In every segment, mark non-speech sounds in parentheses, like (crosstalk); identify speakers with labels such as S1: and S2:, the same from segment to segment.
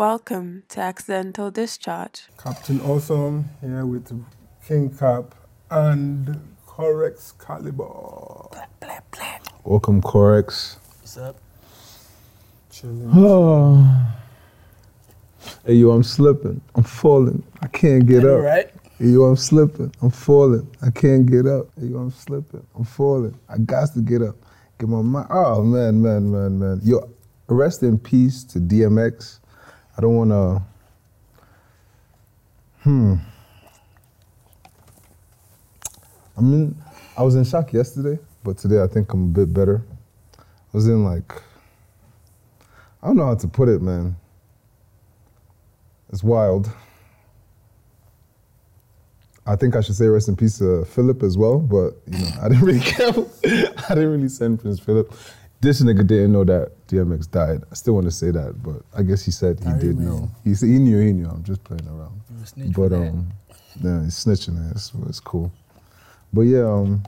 S1: Welcome to Accidental Discharge.
S2: Captain Awesome here with King Cap and Corex Caliber.
S3: Welcome, Corex.
S4: What's up?
S2: Chilling.
S3: Oh. Hey, yo, I'm slipping. I'm falling. I can't get
S4: All
S3: up.
S4: right.
S3: Hey, yo, I'm slipping. I'm falling. I can't get up. Hey, yo, I'm slipping. I'm falling. I got to get up. Get my mind. Oh, man, man, man, man. Yo, rest in peace to DMX. I don't want to. Hmm. I mean, I was in shock yesterday, but today I think I'm a bit better. I was in like, I don't know how to put it, man. It's wild. I think I should say rest in peace to Philip as well, but you know, I didn't really (laughs) care. I didn't really send Prince Philip. This nigga didn't know that DMX died. I still want to say that, but I guess he said he
S4: Sorry,
S3: did
S4: man.
S3: know. He said he knew, he knew. I'm just playing around.
S4: You a snitch for
S3: But
S4: that.
S3: um, yeah, he's snitching it. It's, it's cool. But yeah, um,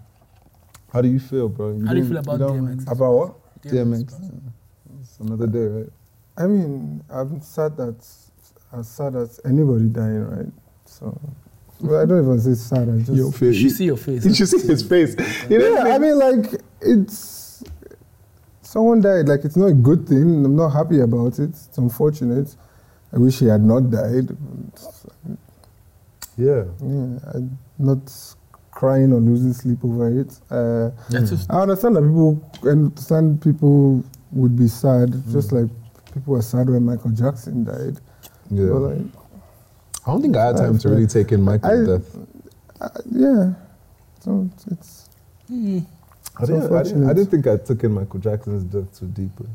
S3: how do you feel, bro?
S4: How do you
S3: didn't-
S4: feel about
S3: don't-
S4: DMX?
S2: About what?
S3: DMX.
S4: bro.
S3: yeah. It's another day, right?
S2: I mean, I'm sad that I'm sad that anybody dying, right? So, well, I (laughs) don't even say sad. I just
S4: You should see your
S3: (laughs)
S4: face.
S3: You should see his face. You know,
S2: yeah. I mean, like it's someone died. Like it's not a good thing. I'm not happy about it. It's unfortunate. I wish he had not died.
S3: yeah.
S2: Yeah, I'm not crying or losing sleep over it. Uh,
S4: That's just,
S2: I understand that people understand people would be sad,
S3: Mm.
S2: just like people were sad when Michael Jackson died.
S3: Mm. Yeah.
S2: But like,
S3: I don't think I had time to really take in Michael's
S2: I-
S3: death.
S2: uh, yeah, so it's
S4: Hmm.
S3: I didn't, I, didn't, I
S2: unfortunate.
S3: didn't think I took in Michael Jackson's death too deeply.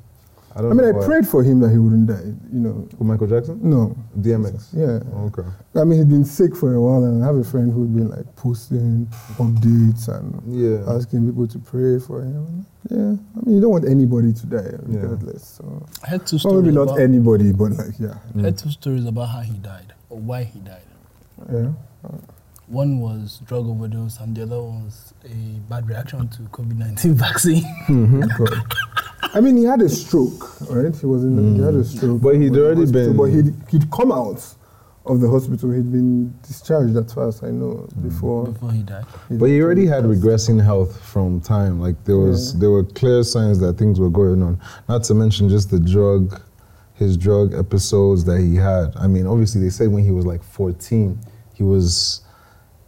S3: I
S2: I
S3: don't
S2: mean,
S3: know.
S2: I
S3: why.
S2: prayed for him that he wouldn't die. You know,
S3: Who, Michael Jackson?
S2: no,
S3: DMX.
S2: yeah.
S3: Okay.
S2: I mean, he'd been sick for a while, and I have a friend who'd been like posting updates and
S3: Yeah.
S2: asking people to pray for him. Yeah, I mean, you don't want anybody to die,
S3: Yeah.
S2: regardless. So
S4: I heard two
S2: well,
S4: stories.
S2: maybe
S4: about,
S2: not anybody, but like, yeah,
S4: I heard two stories about how he died or why he died.
S2: yeah.
S4: One was drug overdose, and the other one was a bad reaction to COVID nineteen (laughs) vaccine.
S3: Mm-hmm.
S2: God. I mean, he had a stroke, right? He was in. He had a stroke,
S3: Mm. But he'd
S2: was in
S3: already
S2: hospital,
S3: been-
S2: But he'd, he'd come out of the hospital. He'd been discharged, as far as I know, before.
S4: Before he died,
S3: Mm. But he already had regressing health from time. Like there was,
S2: Yeah.
S3: there were clear signs that things were going on. Not to mention just the drug, his drug episodes that he had. I mean, obviously they said when he was like 14, he was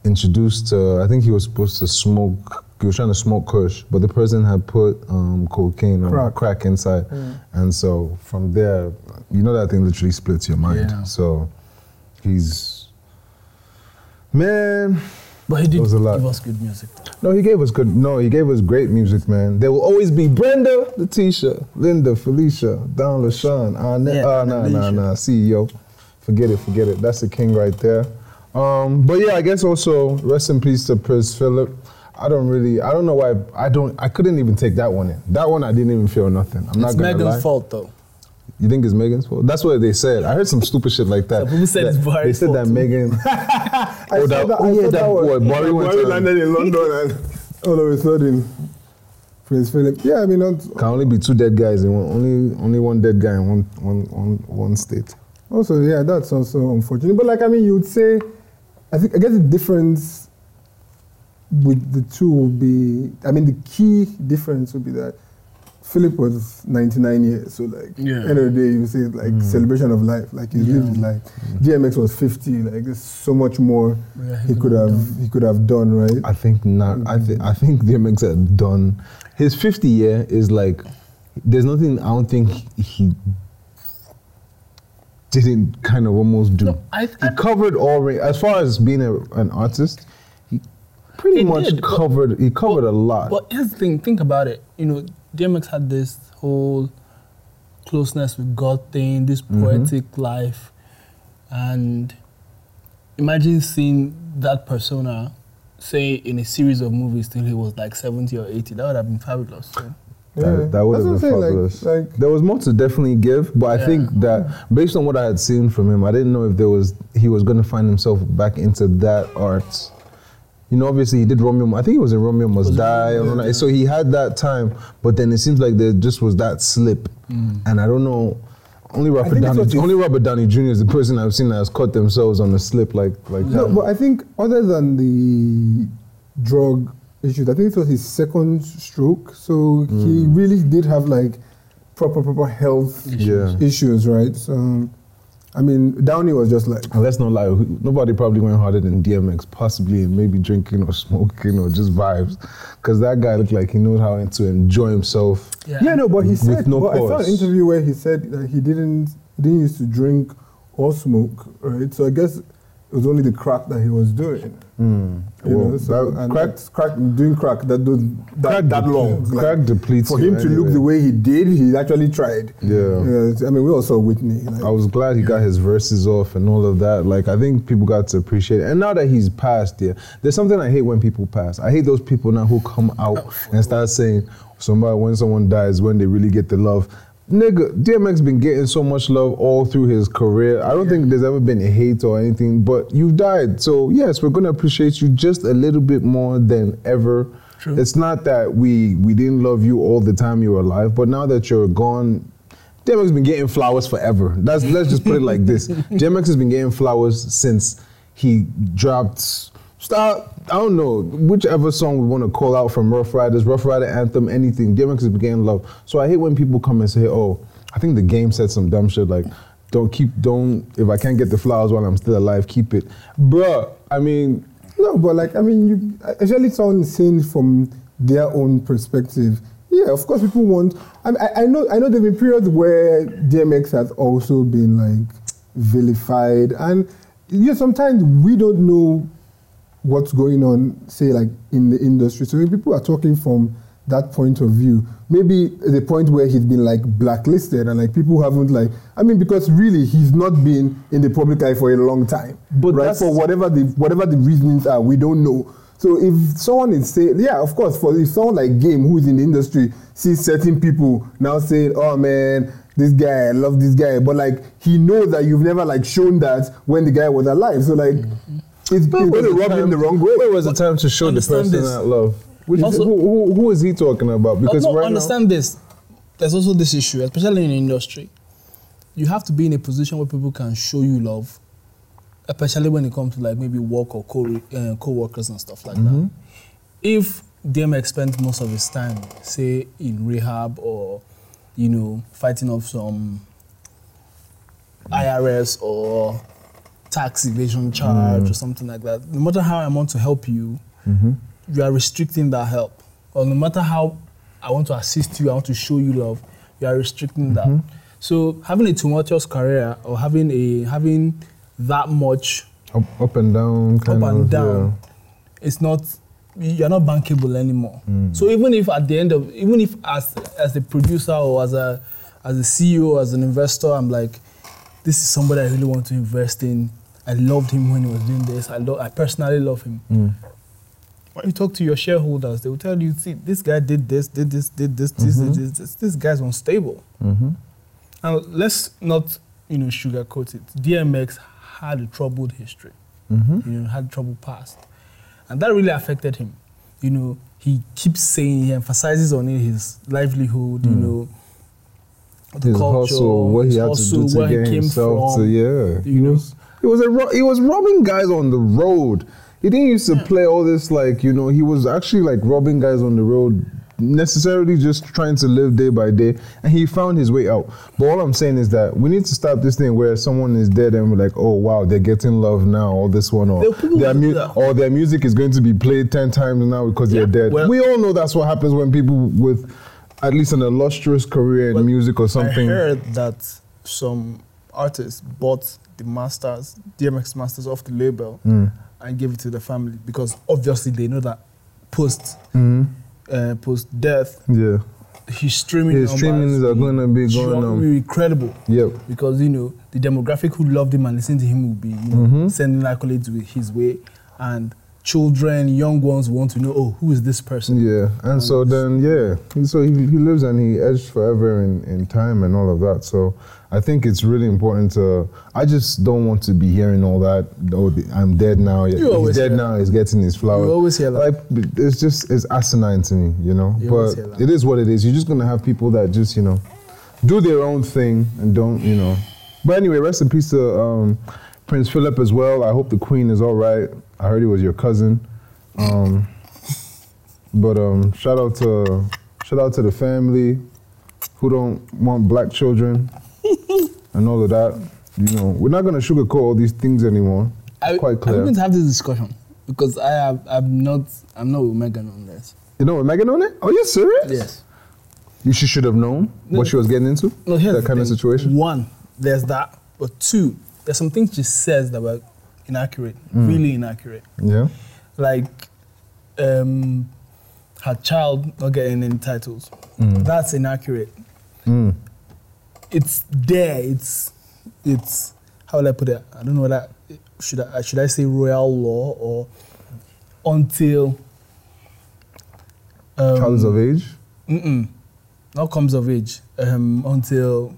S3: introduced to. I think he was supposed to smoke. He was trying to smoke kush, but the person had put um, cocaine or
S2: Crack.
S3: crack, inside, and so from there, you know that thing literally splits your mind.
S4: Yeah.
S3: So he's man.
S4: but he did
S3: It was a lot.
S4: give us good music.
S3: No, he gave us good. No, he gave us great music, man. There will always be Brenda, Letitia, Linda, Felicia, Don LaShawn, Arnett.
S4: Yeah,
S3: ah, nah, nah,
S4: Alicia.
S3: nah. CEO. Forget it, forget it. That's the king right there. Um, but yeah, I guess also rest in peace to Prince Philip. I don't really. I don't know why. I don't. I couldn't even take that one in. That one I didn't even feel nothing. I'm not
S4: It's
S3: gonna
S4: Megan's
S3: lie.
S4: fault though.
S3: You think it's Megan's fault? That's what they said. I heard some stupid shit like that.
S4: (laughs) Some people said
S3: That-
S4: it's Buhari's
S3: They said that
S4: fault.
S3: Megan.
S4: (laughs)
S2: I
S3: oh,
S2: saw
S3: that,
S2: that- I
S3: oh,
S2: saw
S3: yeah,
S2: that
S3: that
S2: one.
S3: boy. Buhari went
S2: Buhari
S3: to-
S2: landed in London, and (laughs) all of a sudden, Prince Philip. Yeah, I mean, not,
S3: Can only be two dead guys in one, only only one dead guy in one one one one state.
S2: Also, yeah, that's also unfortunate. But like, I mean, you would say, I think, I guess the difference with the two would be, I mean, the key difference would be that Philip was 99 years, so like,
S4: Yeah.
S2: end of the day, you say like celebration of life, like he lived his life. DMX was 50, like there's so much more
S4: Yeah, he
S2: he could
S4: could have
S2: have he could have done, right?
S3: I think not. I think I think DMX had done his 50 year is like there's nothing I don't think he didn't kind of almost do.
S4: No, I-
S3: he covered all ra- as far as being a, an artist. He pretty
S4: He
S3: much
S4: did, but-
S3: covered. he covered a lot.
S4: But here's the thing, think about it. You know, DMX had this whole closeness with God thing, this poetic life. And imagine seeing that persona, say, in a series of movies till he was like 70 or 80. That would have been fabulous. So,
S3: That,
S2: Yeah.
S3: that would
S2: That's
S3: have been
S2: what I'm saying, like-
S3: fabulous.
S2: like-
S3: there was more to definitely give, but I
S4: Yeah.
S3: think that based on what I had seen from him, I didn't know if there was he was going to find himself back into that art. You know, obviously he did Romeo. I think he was in Romeo Must
S4: Was
S3: Die,
S4: Romeo,
S3: or something.
S4: yeah.
S3: so he had that time. But then it seems like there just was that slip, and I don't know. Only Robert
S2: Mm. think that's what
S3: Downey.
S2: it-
S3: Only Robert Downey Jr. is the person I've seen that has caught themselves on a slip like like
S2: No,
S3: that.
S2: but I think other than the drug issues, I think it was his second stroke. So he really did have like proper, proper health
S3: yeah.
S2: issues, right? So, I mean, Downey was just like,
S3: And let's not lie, who- nobody probably went harder than DMX, possibly in maybe drinking or smoking or just vibes. Because that guy looked like he knows how to enjoy himself.
S4: Yeah.
S2: yeah, no, but he
S3: With
S2: said,
S3: no
S2: but I saw an
S3: cause.
S2: interview where he said that he didn't, he didn't used to drink or smoke, right? So I guess it was only the crack that he was doing. You
S3: Hmm. Well,
S2: know, so,
S3: that-
S2: and
S3: crack-
S2: that's crack, doing crack that do, that,
S3: Crack
S2: that
S3: deplete-
S2: long, like,
S3: crack depletes
S2: for
S3: you
S2: him to look
S3: anyway.
S2: the way he did, he actually tried.
S3: Yeah.
S2: it's- I mean, we also Whitney. Like,
S3: I was glad he got his verses off and all of that. Like I think people got to appreciate it. And now that he's passed, yeah, there's something I hate when people pass. I hate those people now who come out and start saying somebody when someone dies when they really get the love. Nigga, DMX been getting so much love all through his career. I don't think there's ever been hate or anything, but you've died. So yes, we're gonna appreciate you just a little bit more than ever.
S4: True.
S3: It's not that we we didn't love you all the time you were alive, but now that you're gone, DMX been getting flowers forever. That's let's just put it like this. DMX has been getting flowers since he dropped Stop. I don't know whichever song we want to call out from Rough Riders, Rough Rider anthem, anything. DMX has been getting love. So I hate when people come and say, "Oh, I think the game said some dumb shit like." Don't keep, don't, if I can't get the flowers while I'm still alive, keep it. Bruh, I mean,
S2: no, but like, I mean, you actually someone saying from their own perspective. Yeah, of course, people want. I, mean, I, I know. I know there've been periods where DMX has also been like vilified, and you know, sometimes we don't know what's going on, say like in the industry. So when people are talking from that point of view, maybe the point where he's been like blacklisted and like people haven't like I mean because really he's not been in the public eye for a long time.
S3: But
S2: right
S3: that's-
S2: for whatever the whatever the reasonings are, we don't know. So if someone is saying yeah, of course, for if someone like Game who is in the industry sees certain people now saying, Oh man, this guy, I love this guy, but like he knows that you've never like shown that when the guy was alive. So like
S3: Mm-hmm.
S2: it's, it's
S3: Where was
S2: gonna
S3: the
S2: rub him
S3: time-
S2: the wrong way.
S3: Where was the time to show the
S4: Understand
S3: person
S4: this.
S3: that love? Which,
S4: Also-
S3: who, who, who is he talking about?
S4: But
S3: Because
S4: no,
S3: right now,
S4: understand this. There's also this issue, especially in the industry. You have to be in a position where people can show you love, especially when it comes to like maybe work or co uh, co-workers and stuff like
S3: Mm-hmm.
S4: that. If DMX spent most of his time, say in rehab or you know fighting off some IRS or tax evasion charge
S3: Mm-hmm.
S4: or something like that, no matter how I want to help you, you are restricting that help. Or no matter how I want to assist you, I want to show you love, you are restricting that. So having a tumultuous career or having a having that much
S3: up, up and down, kind
S4: up
S3: of,
S4: and
S3: yeah. Mm.
S4: down, it's not you're not bankable anymore. So even if at the end of even if as as a producer or as a as a CEO, as an investor, I'm like, this is somebody I really want to invest in. I loved him when he was doing this. I lo- I personally love him.
S3: Mm.
S4: When you talk to your shareholders, they will tell you, see, this guy did this, did this, did this, this,
S3: Mm-hmm.
S4: did this, this. This guy's unstable. And let's not, you know, sugarcoat it. DMX had a troubled history.
S3: Mm-hmm.
S4: You know, had troubled past, and that really affected him. You know, he keeps saying he emphasizes on it his livelihood. You know, the
S3: Mm. his
S4: culture,
S3: hustle, what
S4: his
S3: he had
S4: hustle,
S3: to do to
S4: where he
S3: get
S4: came
S3: himself
S4: from.
S3: to yeah.
S4: you know.
S3: He was a ro- he was robbing guys on the road. He didn't used
S4: Hmm.
S3: to play all this like you know. He was actually like robbing guys on the road, necessarily just trying to live day by day, and he found his way out. But all I'm saying is that we need to stop this thing where someone is dead and we're like, oh wow, they're getting love now, or this one, or
S4: There are people
S3: their
S4: who do
S3: mu-
S4: that.
S3: or their music is going to be played ten times now because
S4: Yeah,
S3: they're dead.
S4: well-
S3: we all know that's what happens when people with at least an illustrious career in
S4: Well,
S3: music or something.
S4: I heard that some artists bought the masters, DMX masters off the label
S3: Hmm.
S4: and gave it to the family because obviously they know that post
S3: Hmm.
S4: uh, post death
S3: Yeah.
S4: his streaming
S3: His streamings are gonna be going
S4: will
S3: up.
S4: be incredible.
S3: Yep.
S4: Because you know the demographic who loved him and listened to him will be you know,
S3: Mm-hmm.
S4: sending accolades with his way and children, young ones want to know, oh, who is this person?
S3: Yeah, and so then yeah, he- so he, he lives and he edged forever in, in time and all of that. So I think it's really important to. I just don't want to be hearing all that. Oh, the- I'm dead now. yeah, he's
S4: always
S3: dead
S4: hear
S3: now. He's getting his flowers.
S4: You always hear that.
S3: Like it's just it's asinine to me, you know.
S4: You always hear
S3: but
S4: that.
S3: it is what it is. You're just gonna have people that just you know do their own thing and don't, you know. But anyway, rest in peace to um, Prince Philip as well. I hope the Queen is all right. I heard he was your cousin. Um, but um, shout out to shout out to the family who don't want black
S4: (laughs)
S3: children and all of that. You know, we're not gonna sugarcoat all these things anymore.
S4: I,
S3: Quite
S4: I'm
S3: clear.
S4: going to have this discussion because I have, I'm not, I'm not with Megan on this.
S3: You know, with Megan on it? Are you serious?
S4: Yes.
S3: You, she should have known
S4: No.
S3: what she was getting into.
S4: No, here's
S3: that
S4: the
S3: kind of
S4: thing.
S3: situation.
S4: One, there's that, but two, there's some things she says that were inaccurate,
S3: Mm.
S4: really inaccurate.
S3: Yeah.
S4: Like, um, her child not getting any titles. That's inaccurate.
S3: Mm.
S4: It's there. It's, it's. How will I put it? I don't know whether should I should I say royal law or until. Um,
S3: Child is of age.
S4: Mm-mm. Not comes of age um, until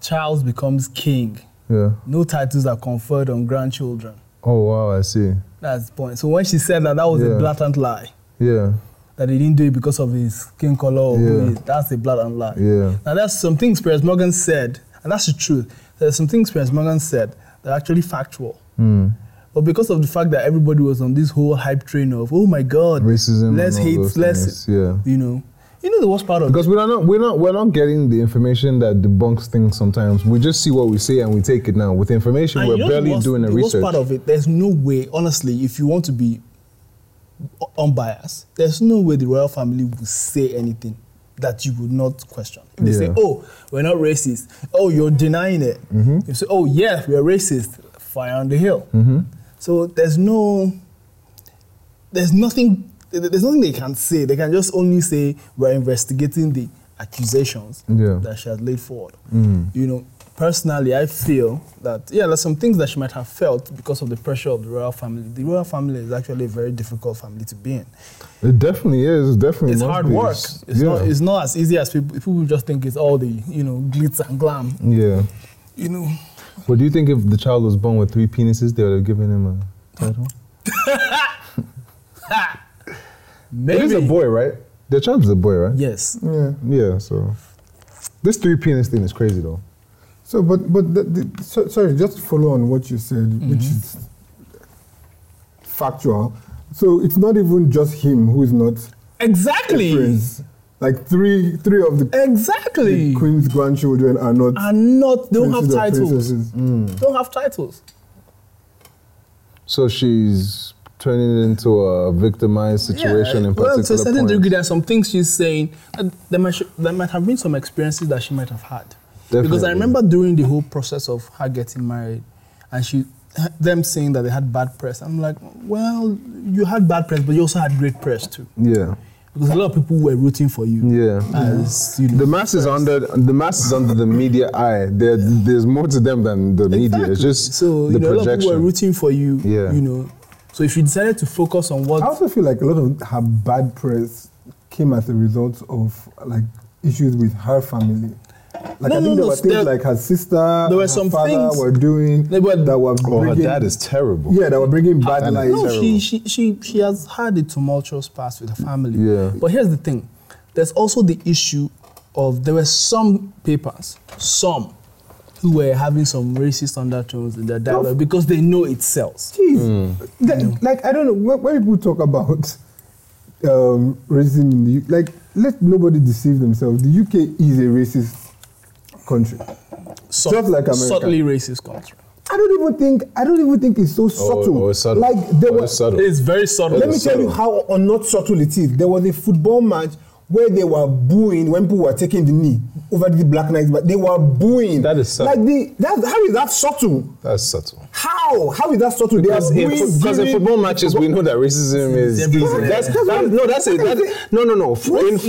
S4: Charles becomes king.
S3: Yeah.
S4: No titles are conferred on grandchildren.
S3: Oh wow, I see.
S4: That's the point. So when she said that, that was
S3: Yeah.
S4: a blatant lie.
S3: Yeah.
S4: That he didn't do it because of his skin color. Or who
S3: Yeah.
S4: he is. That's a blatant lie.
S3: Yeah.
S4: Now there's some things Piers Morgan said, and that's the truth. There's some things Piers Morgan said that are actually factual.
S3: Mm.
S4: But because of the fact that everybody was on this whole hype train of, oh my God,
S3: Racism. and
S4: let's
S3: all
S4: hate,
S3: those
S4: let's,
S3: things, Yeah.
S4: you know. You know the worst part of
S3: Because we're not we're not we're not getting the information that debunks things. Sometimes we just see what we see and we take it now. With information,
S4: And
S3: we're
S4: you know
S3: barely
S4: worst-
S3: doing the,
S4: worst
S3: research.
S4: part of it, there's no way, honestly, if you want to be u- unbiased, there's no way the royal family will say anything that you would not question. If they say,
S3: Yeah.
S4: oh, we're not racist. Oh, you're denying it.
S3: Mm-hmm.
S4: You say, oh, yeah, we're racist. Fire on the hill.
S3: Mm-hmm.
S4: So there's no, there's nothing, there- there's nothing they can say. They can just only say, we're investigating the accusations
S3: Yeah. Mm.
S4: that she has laid forward. You know, personally, I feel that, yeah, there's some things that she might have felt because of the pressure of the royal family. The royal family is actually a very difficult family to be in.
S3: it definitely is. It definitely
S4: It's
S3: must
S4: hard
S3: be.
S4: work.
S3: It's-
S4: It's, not, it's not as easy as people, people just think it's all the, you know, glitz and glam.
S3: yeah.
S4: You know,
S3: But do you think if the child was born with three penises, they would have given him a title?
S4: maybe.
S3: It is a boy, right? The child's a boy, right?
S4: Yes.
S2: Yeah.
S3: Yeah. So this three penis thing is crazy though.
S2: So, but but the, the, so, sorry, just to follow on what you said, which
S4: Mm-hmm.
S2: is factual. So it's not even just him who is not
S4: Exactly.
S2: prince. Like three three of the,
S4: Exactly.
S2: the queen's grandchildren are not.
S4: Are not, they don't have
S2: princes or
S4: titles.
S2: princesses.
S3: Mm.
S4: Don't have titles.
S3: So she's turning it into a victimized situation in particular.
S4: Well, to a certain
S3: points.
S4: degree, there are some things she's saying. uh, There might, sh- there might have been some experiences that she might have had. Because
S3: Definitely.
S4: I remember during the whole process of her getting married, and she, them saying that they had bad press. I'm like, well, you had bad press, but you also had great press too,
S3: Yeah.
S4: because a lot of people were rooting for you.
S3: Yeah.
S4: Uh, As you know,
S3: The mass is under the mass is under the media eye. There, there's more to them than the media. It's
S4: Exactly.
S3: just
S4: so
S3: the
S4: you know, a lot of people were
S3: projection.
S4: rooting for you.
S3: Yeah.
S4: You know, so if you decided to focus on what
S2: I also feel like a lot of her bad press came as a result of like issues with her family. Like
S4: No,
S2: I think
S4: no,
S2: there
S4: no,
S2: were things
S4: there-
S2: like her sister,
S4: there were
S2: her
S4: some
S2: father
S4: things-
S2: were doing
S4: They were-
S2: that were
S3: Oh, her
S2: bringing,
S3: dad is terrible.
S2: yeah, that were bringing bad
S3: dad
S2: light.
S3: is
S4: No,
S3: terrible.
S4: she, she she she has had a tumultuous past with her family.
S3: Yeah.
S4: But here's the thing: there's also the issue of there were some papers, some who were having some racist undertones in their dialogue because they know it sells.
S2: Jeez.
S3: Mm.
S2: That- like I don't know when, when people talk about um, racism in the U- like let nobody deceive themselves. The UK is a racist country.
S4: Sub-
S2: Just like America.
S4: subtly racist country.
S2: I don't even think I don't even think it's so subtle.
S3: oh, it's subtle.
S2: Like there
S3: Oh,
S2: were,
S3: it's subtle.
S4: It's very subtle.
S2: Let me
S3: It's
S2: tell you
S3: subtle.
S2: how or not subtle it is. There was a football match where they were booing when people were taking the knee over the Black Knights, but they were booing.
S3: That is subtle.
S2: Like the that, how is that subtle?
S3: That's subtle.
S2: How how is that subtle?
S3: Because
S2: they
S3: in,
S2: are booing
S3: because in
S2: during-
S3: football matches, we know that racism is.
S4: everywhere.
S3: That's, that- no, that's it. That, no, no, no. In,
S4: No,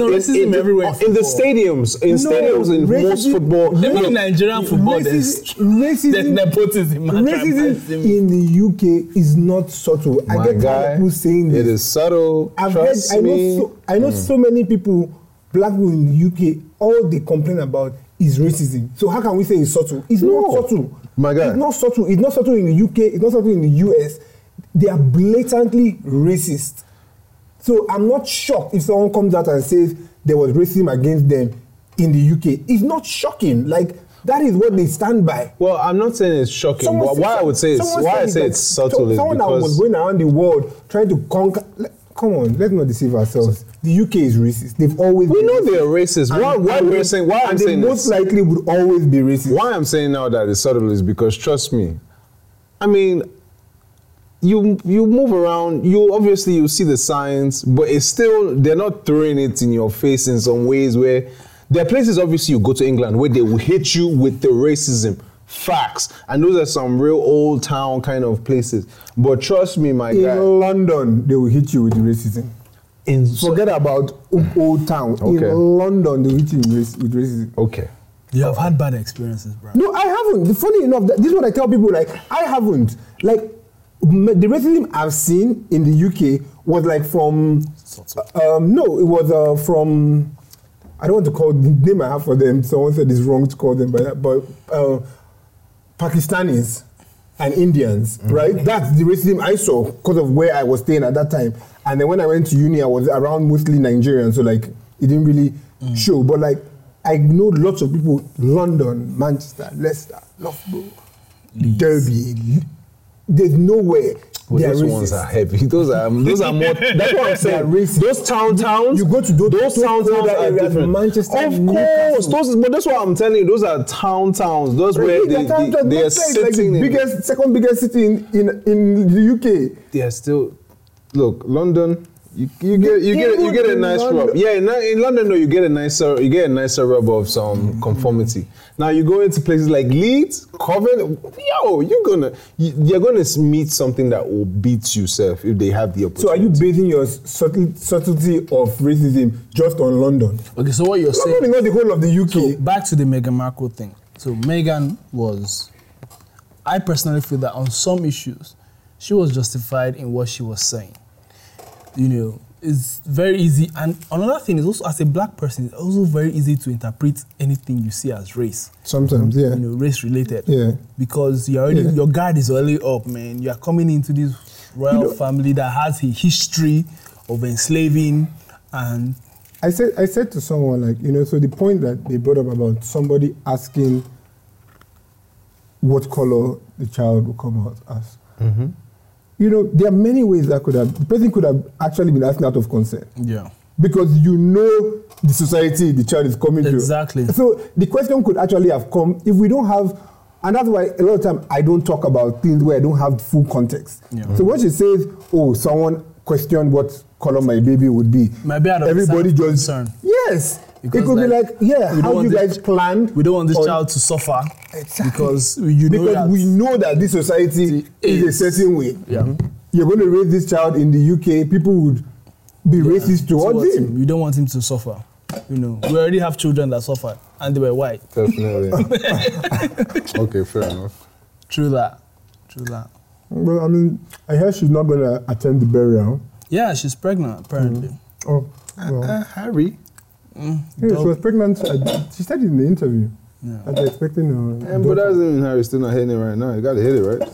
S4: racism everywhere in
S3: in the
S4: football.
S3: stadiums, in stadiums, in most
S2: racism-
S3: football.
S4: Even
S3: no,
S4: in Nigerian football, there's,
S2: racism,
S4: there's
S2: racism,
S4: nepotism. and
S2: racism
S4: tribalism.
S2: in the UK is not subtle. I
S3: my
S2: get tired of
S3: guy,
S2: people saying this.
S3: it is subtle.
S2: I've heard,
S3: oh, Trust
S2: I know,
S3: me. Mm.
S2: so, I know so many people, black people in the UK, all they complain about is racism. So how can we say it's subtle? It's
S3: No.
S2: not subtle.
S3: My guy.
S2: It's not subtle. It's not subtle in the UK. It's not subtle in the US. They are blatantly racist. So I'm not shocked if someone comes out and says there was racism against them in the UK is not shocking. Like that is what they stand by.
S3: Well, I'm not saying it's shocking.
S2: Someone
S3: Why-
S2: said-
S3: why I would say it's
S2: someone
S3: why
S2: said
S3: I say
S2: that
S3: it's subtle is
S2: Someone that was
S3: because
S2: going around the world trying to conquer. le- Come on, let's not deceive ourselves. The UK is racist. They've always
S3: we
S2: been
S3: know
S2: racist.
S3: they are racist.
S2: And-
S3: Why? Why
S2: and
S3: we're
S2: they-
S3: saying? Why I'm
S2: and they
S3: saying
S2: most
S3: this?
S2: likely would always be racist.
S3: Why I'm saying now that it's subtle is because trust me, I mean, you you move around, you obviously you see the signs, but it's still they're not throwing it in your face in some ways where there are places obviously you go to England where they will hit you with the racism facts, and those are some real old town kind of places. But trust me, my
S2: In
S3: guy,
S2: London, they will hit you with racism.
S3: in
S2: Forget about old town.
S3: Okay.
S2: In London, they will hit you with rac- with racism.
S3: okay,
S4: You have had bad experiences, bro.
S2: No, I haven't. The Funny enough, that- this is what I tell people. Like, I haven't. Like, m- the racism I've seen in the UK was like from. Um, no, it was uh, from. I don't want to call the name I have for them. Someone said it's wrong to call them by that, but uh, Pakistanis and Indians,
S3: Mm.
S2: right? That's the racism I saw because of where I was staying at that time. And then when I went to uni, I was around mostly Nigerians, so like it didn't really
S3: Mm.
S2: show. But like I know lots of people, London, Manchester, Leicester, Loughborough, Derby. Le- There's nowhere.
S3: Well,
S2: they are
S3: those ones
S2: racist.
S3: are heavy. Those are those are more. That's what I'm saying.
S2: (laughs) They are racist.
S3: Those town towns.
S2: You go to those-
S3: those
S2: those
S3: town towns
S2: colder
S3: are
S2: areas,
S3: different.
S2: Manchester,
S3: of course.
S2: Newcastle.
S3: Those, but that's what I'm telling you. Those are town towns. Those where
S2: Really,
S3: they,
S2: that town
S3: they,
S2: does
S3: they
S2: not
S3: are
S2: say it's like
S3: sitting.
S2: the
S3: in-
S2: biggest, second biggest city in, in, in the UK.
S3: They are still. Look, London. You, you get you get you get a
S2: Even
S3: nice
S2: in
S3: rub.
S2: London-
S3: Yeah, in, in London though you get a nicer you get a nicer rub of
S2: Mm.
S3: some conformity. Now you go into places like Leeds, Covent. Yo, you're gonna you, you're gonna meet something that will beat yourself if they have the opportunity.
S2: So are you basing your subtle, subtlety of racism just on London?
S4: Okay, so what you're
S2: London is
S4: saying?
S2: not the whole of the
S4: So
S2: UK.
S4: back to the Meghan Markle thing. So Meghan was, I personally feel that on some issues, she was justified in what she was saying. You know, it's very easy. And another thing is also, as a black person, it's also very easy to interpret anything you see as race.
S2: Sometimes, yeah.
S4: You know, race related.
S2: Yeah.
S4: Because you already
S2: Yeah.
S4: your guard is already up, man. You are coming into this royal
S2: You know-
S4: family that has a history of enslaving and
S2: I said I said to someone like you know so the point that they brought up about somebody asking what color the child will come out as. You know there are many ways that could have the person could have actually been asking out of consent
S4: yeah.
S2: because you know the society the child is coming to.
S4: Exactly.
S2: So the question could actually have come if we don't have, and that's why a lot of time I don't talk about things where I don't have full context.
S4: Yeah.
S2: So when she says, "Oh, someone questioned what color my baby would be,"
S4: Might be out of
S2: everybody
S4: some
S2: just
S4: concern.
S2: yes,
S4: Because,
S2: it could be
S4: like,
S2: like, yeah,
S4: we don't
S2: how
S4: want
S2: you guys
S4: this-
S2: planned?
S4: We don't want this
S2: on-
S4: child to suffer
S2: Exactly.
S4: because you know
S2: because
S4: that.
S2: we know that this society is,
S4: is-
S2: a certain way.
S4: yeah.
S2: You're going to raise this child in the UK, people would be racist towards
S4: towards
S2: him.
S4: You don't want him to suffer. You know, we already have children that suffered and they were white.
S3: Definitely.
S2: (laughs)
S3: (laughs) okay, fair enough.
S4: True that. True that.
S2: Well, I mean, I hear she's not going to attend the burial.
S4: Yeah, she's pregnant apparently.
S2: Oh, well.
S4: Uh-uh.
S3: Harry.
S2: Yeah, she
S4: Dope.
S2: was pregnant. I- She said in the interview.
S4: Yeah.
S2: I was expecting her.
S3: And but that doesn't mean Harry's still not hitting it right now. You gotta hit it, right?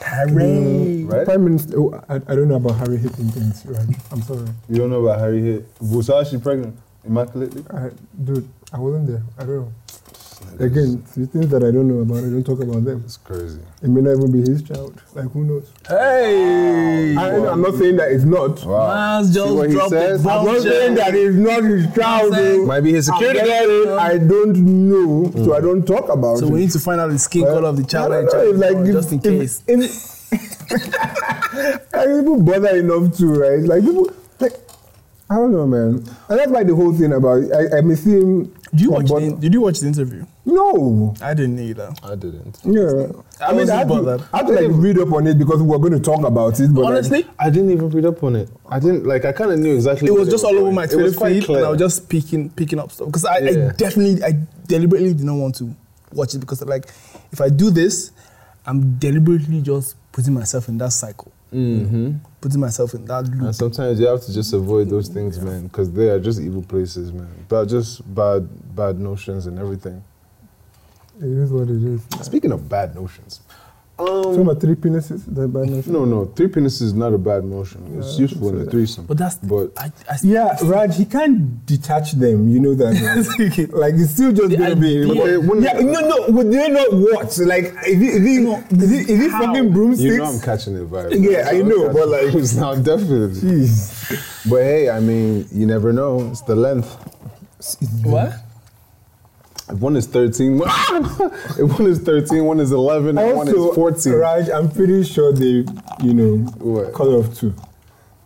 S2: Harry.
S3: Right?
S2: Prime Minister. Oh, I, I don't know about Harry hitting things. Right? I'm sorry,
S3: You don't know about Harry hit. So how's she pregnant? Immaculately?
S2: I, dude. I wasn't there. I don't know. Again, the things that I don't know about, I don't talk about them.
S3: It's crazy.
S2: It may not even be his child. Like who knows?
S4: Hey,
S2: I, am not saying that it's not.
S3: Wow.
S4: Man's
S3: See what
S4: just
S3: he
S4: dropped
S3: says?
S4: it.
S3: I'm
S2: I'm not saying that it's not his child.
S4: Saying-
S2: though.
S3: Might be his
S2: I'm
S3: security Mm.
S2: just
S3: guard.
S2: saying I don't know, so I don't talk about
S4: So
S2: it.
S4: we need to find out the skin
S2: Well,
S4: color of the child,
S2: I
S4: when
S2: don't
S4: the child
S2: know,
S4: is
S2: like,
S4: born,
S2: if-
S4: just in
S2: if- (laughs)
S4: case.
S2: if- like, people bother enough too, right? Like people, like I don't know, man. And that's why the whole thing about I, I may seem.
S4: Did you
S2: Oh,
S4: watch?
S2: but-
S4: The, did you watch the interview?
S2: No.
S4: I didn't either.
S3: I didn't.
S2: Yeah.
S4: I
S2: I mean,
S4: wasn't
S2: I had,
S4: bothered.
S2: to, I had to like read up on it because we were going to talk about it. But like,
S4: Honestly,
S3: I didn't even read up on it. I didn't like. I kind of knew exactly.
S4: it
S3: what
S4: was
S3: they
S4: just
S3: were
S4: all over
S3: doing.
S4: my
S3: It
S4: Twitter
S3: was quite
S4: feed,
S3: clear.
S4: and I was just picking picking up stuff because I,
S3: Yeah.
S4: I definitely, I deliberately did not want to watch it because like, if I do this, I'm deliberately just putting myself in that cycle,
S3: Mhm.
S4: putting myself in that loop.
S3: And sometimes you have to just avoid those things, man, because they are just evil places, man. But just bad, bad notions and everything.
S2: it is what it is.
S3: Speaking of bad notions,
S2: Talking
S3: Um,
S2: about three penises. That bad notion.
S3: no, no, three penises is not a bad motion. It's
S2: Yeah, I can
S3: useful in
S2: see
S3: a
S2: that.
S3: threesome.
S4: But that's
S3: But
S4: I, I still
S2: Yeah, Raj, he can't detach them. You know that.
S3: (laughs)
S2: Right? like it's still just
S4: The
S2: gonna be.
S4: idea-
S3: Okay, when-
S2: yeah, no, no. Would they not what? Like, is it, is it, is it, is it
S4: How?
S2: fucking broomsticks?
S3: you know I'm catching the vibe.
S2: Yeah, I know, but like-
S3: (laughs) it's not definitely.
S2: Jeez.
S3: But hey, I mean, you never know. It's the length.
S4: what?
S3: If one is 13, one- (laughs) if one is 13, one is 11, and one
S2: Also,
S3: is 14.
S2: Raj, I'm pretty sure they, you know,
S3: What?
S2: cut off two.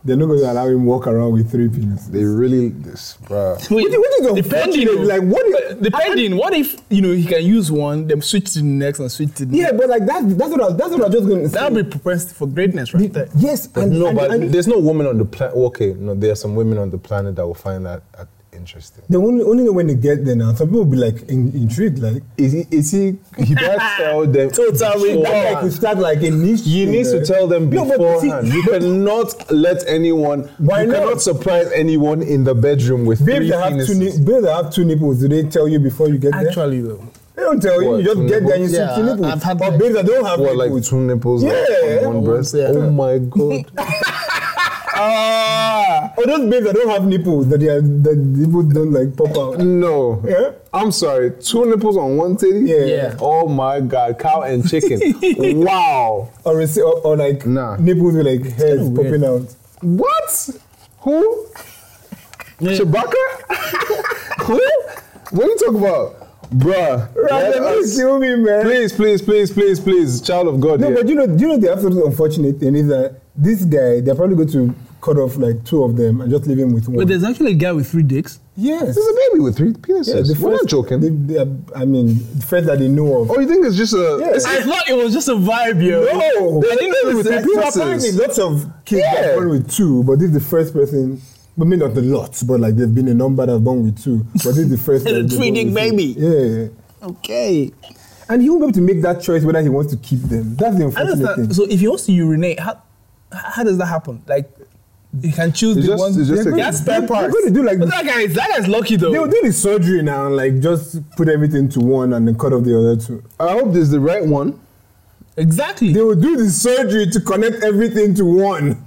S2: They're not going to allow him walk around with three penises.
S3: They really, this, bruh.
S4: Wait,
S2: What is- what is the
S4: depending?
S2: unfortunate, like, what is-
S4: But depending? What if you know he can use one, then switch to the next and switch to the
S2: yeah, but like that, that's what I, that's what I was just going to say.
S4: That would be propensity for greatness, right there.
S2: yes,
S3: But
S2: and,
S3: no,
S2: and,
S3: but
S2: and
S3: there's no woman on the planet. Okay, no, there are some women on the planet that will find that uh, interesting.
S2: they only, only know when they get there now. Some people will be like in, intrigued, like
S3: Is he? Is he? He (laughs) does tell them.
S4: Total
S3: beforehand.
S2: that guy could start like a niche.
S3: He
S2: thing,
S3: needs to
S2: right?
S3: tell them
S2: No, but see-
S3: beforehand. you cannot let anyone.
S2: Why
S3: you
S2: not?
S3: cannot surprise anyone in the bedroom with
S2: Babes
S3: three
S2: that have two,
S3: penises.
S2: ni- babes that have two nipples, do they tell you before you get there?
S4: Actually, though,
S2: They don't tell you.
S3: What,
S2: You just
S3: two
S2: get there and you
S4: nipples?
S2: see two
S4: Yeah,
S2: nipples.
S4: I've had
S2: or
S4: like-
S2: babes that don't have
S3: What, like
S2: nipples.
S3: two nipples? like,
S2: Yeah.
S3: on one breast.
S4: Yeah.
S3: Oh my god.
S2: (laughs) Ah, or those babes that don't have nipples that they are, that nipples don't like pop out.
S3: No.
S2: Yeah.
S3: I'm sorry. Two nipples on one titty?
S2: Yeah.
S4: Yeah.
S3: Oh my god. Cow and
S2: (laughs)
S3: chicken. wow.
S2: Or, it's- or, or like
S3: Nah.
S2: nipples with like hairs
S4: kinda weird.
S2: popping out.
S3: What? Who? Chewbacca? Who? What are you talking about? Bruh.
S2: Right,
S3: let
S2: they don't
S3: us-
S2: kill me, man.
S3: please, please, please, please, please. Child of God.
S2: No,
S3: here.
S2: but you know, do you know the absolutely unfortunate thing is that this guy, they're probably going to cut off like two of them and just leave him with one.
S4: but there's actually a guy with three dicks.
S2: yes.
S3: This is a baby with three penises. We're not joking.
S2: They, they are, I mean, the first that they know of.
S3: oh, you think it's just a.
S2: Yeah.
S3: it's-
S4: I thought it was just a vibe, yo.
S2: no,
S3: I didn't know it was three
S2: so
S3: penises.
S2: apparently lots of kids
S3: Yeah.
S2: are born with two, but this is the first person. But maybe not the lot, but like there've been a number that's born with two. But this is the first.
S4: And a
S2: that they're born
S4: twinning
S2: with two.
S4: baby.
S2: Yeah, yeah.
S4: Okay.
S2: And he won't be able to make that choice whether he wants to keep them. That's the
S4: I
S2: unfortunate thing.
S4: understand. So if he wants to urinate, how how does that happen? Like he can choose
S3: It's
S4: the
S3: just-
S4: one.
S3: it's just
S4: They
S3: a-
S4: have spare
S2: They're
S4: parts.
S2: gonna do like
S4: But
S2: this.
S4: that guy. Is, that guy's lucky though.
S2: They will do the surgery now and like just put everything to one and then cut off the other two.
S3: I hope this is the right one.
S4: exactly.
S2: They will do the surgery to connect everything to one.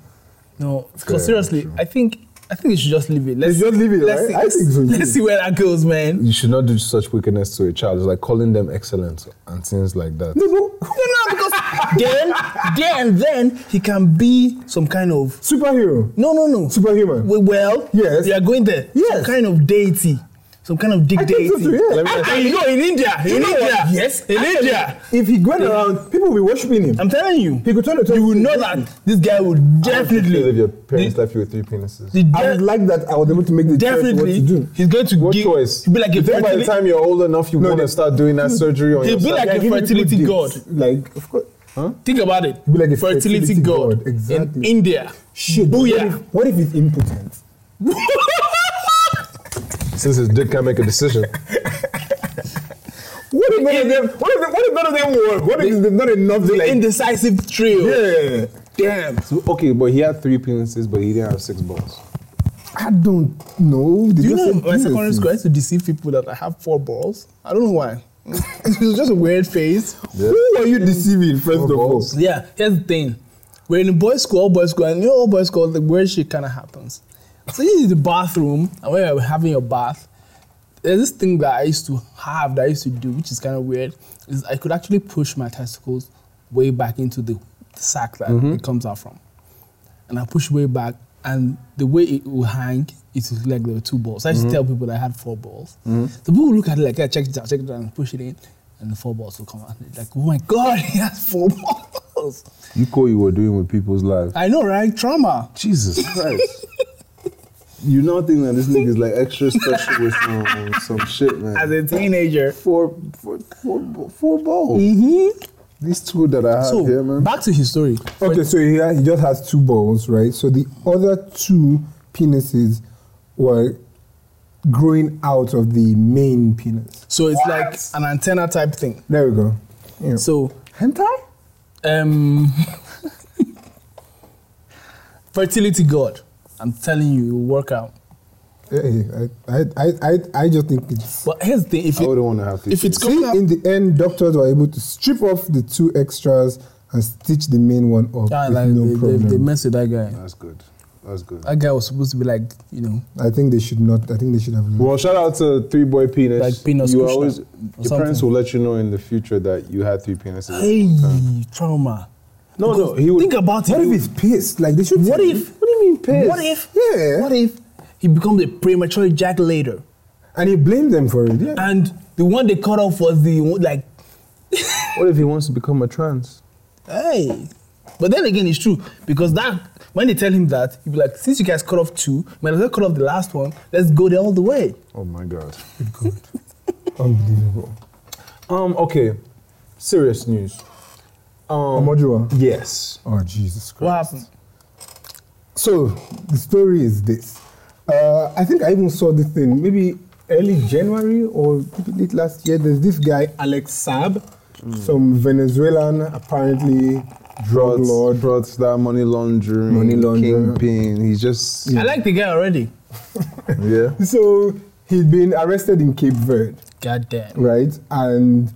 S4: no,
S3: Fair,
S4: because seriously,
S3: true.
S4: I think I think you should just leave it. Let's
S2: just leave it,
S4: Let's
S2: right?
S4: see,
S2: I think so, too.
S4: (laughs) Let's see where that goes, man.
S3: You should not do such wickedness to a child. It's like calling them excellent and things like that.
S2: No, but
S4: No, no, because then, then, and then he can be some kind of
S2: superhero,
S4: no, no, no.
S2: superhuman.
S4: We- Well,
S2: Yes.
S4: you are going there.
S2: Yes.
S4: some kind of deity, some kind of dick
S2: I
S4: deity.
S2: think so too, yeah. Let me
S4: And- and you know, in India, in
S2: know what?
S4: India,
S2: Yes,
S4: in India.
S2: If he went around, people will be worshiping him.
S4: I'm telling you,
S2: he could turn it.
S4: Um, you will know that this guy would
S3: Because if
S4: definitely,
S3: your parents left you with three penises.
S4: the
S2: I would
S4: de-
S2: like that. I was able to make the choice what to
S4: definitely,
S2: do.
S4: he's going to
S3: What
S4: give,
S3: choice?
S4: he'll be like a
S3: You think by the
S4: fertility,
S3: time you're old enough, you
S2: No,
S3: want
S2: they-
S3: to start doing that surgery on
S4: He'll be
S3: yourself.
S4: like
S2: They're
S4: a
S2: giving people
S4: fertility
S2: gifts,
S4: god.
S2: Like of course,
S4: Think about it.
S2: Be like a
S4: fertility,
S2: fertility
S4: god,
S2: god, exactly.
S4: in India.
S2: shit. but What if,
S4: Booyah.
S2: what if he's impotent?
S3: Since his dick can't make a decision.
S2: What if none of them? What if, what if none of them work? (laughs) What if there's not enough? to, Like,
S4: Indecisive trio.
S2: yeah.
S4: Damn.
S3: So, okay, but he had three penises, but he didn't have six balls.
S2: I don't know. They
S4: Do you
S2: just
S4: know
S2: said
S4: my secondary
S2: penises.
S4: school I used to deceive people that I have four balls? I don't know why. (laughs) it was just a weird phase.
S3: Yeah.
S2: Who are you deceiving, first of all?
S3: balls.
S4: Yeah, here's the thing. We're in a boys' school, all boys' school, and you know, all boys' school, the weird shit kind of happens. So you in the bathroom, and when you're having your bath, there's this thing that I used to have, that I used to do, which is kind of weird, is I could actually push my testicles way back into the sack that it comes out from. And I push way back, and the way it will hang, it is like there were two balls. I used to tell people that I had four balls. So people would look at it like, yeah, check it out, check it out, and push it in, and the four balls will come out. And they're like, oh my God, (laughs) he has four balls.
S3: You call you were doing with people's lives.
S4: I know, right? Trauma. (laughs)
S3: Jesus Christ. you now think that this nigga's like extra special with some, some shit,
S4: As
S3: man.
S4: a teenager.
S3: Four, four, four, four balls.
S4: Mm-hmm.
S3: These two that
S2: Ah,
S3: I have
S4: So
S3: here, man.
S4: back to his story.
S2: Okay, so he, ha- he just has two balls, right? So the other two penises were growing out of the main penis.
S4: So it's like an antenna type thing.
S2: There we go. Yeah.
S4: So
S3: Hentai?
S4: um (laughs) fertility god. I'm telling you, it will work out.
S2: Hey, I, I, I, I just think it's.
S4: But here's the thing: if
S3: I
S4: it,
S3: wouldn't want to have to.
S4: if it's
S2: Oh, See,
S4: coming out,
S2: in the end, doctors were able to strip off the two extras and stitch the main one up
S4: Yeah,
S2: with
S4: like
S2: no
S4: they, they,
S2: problem.
S4: they mess with that guy.
S3: That's good. That's good.
S4: That guy was supposed to be like, you know,
S2: I think they should not. I think they should have. left.
S3: Well, shout out to Three Boy Penis.
S4: Like penis
S3: You
S4: cushion
S3: always,
S4: or
S3: your parents
S4: something.
S3: will let you know in the future that you had three penises. at
S4: hey,
S3: one time.
S4: trauma.
S3: No, no,
S4: Because
S3: he would.
S4: think about
S2: What
S4: it.
S2: if it's pissed? Like they should.
S4: what if?
S3: what do you mean pissed?
S4: What if?
S2: Yeah.
S4: What if he becomes a premature ejaculator?
S2: And he blamed them for it. Yeah.
S4: And the one they cut off was the one- like,
S3: What if he wants to become a trans?
S4: hey. But then again, it's true because that when they tell him that, he'll be like, since you guys cut off two, might as well cut off the last one. Let's go there all the way.
S3: Oh my god.
S2: Unbelievable.
S3: Um. Okay. Serious news. Um.
S2: Omojua.
S3: Yes.
S2: Oh Jesus Christ.
S4: What happened?
S2: So the story is this. Uh, I think I even saw this thing maybe early January or maybe late last year. There's this guy Alex Saab, some Venezuelan apparently drug lord.
S3: brought that money laundering,
S2: Money laundering.
S3: kingpin. He's just
S4: I like the guy already.
S3: yeah.
S2: So he'd been arrested in Cape Verde,
S4: God damn.
S2: right? And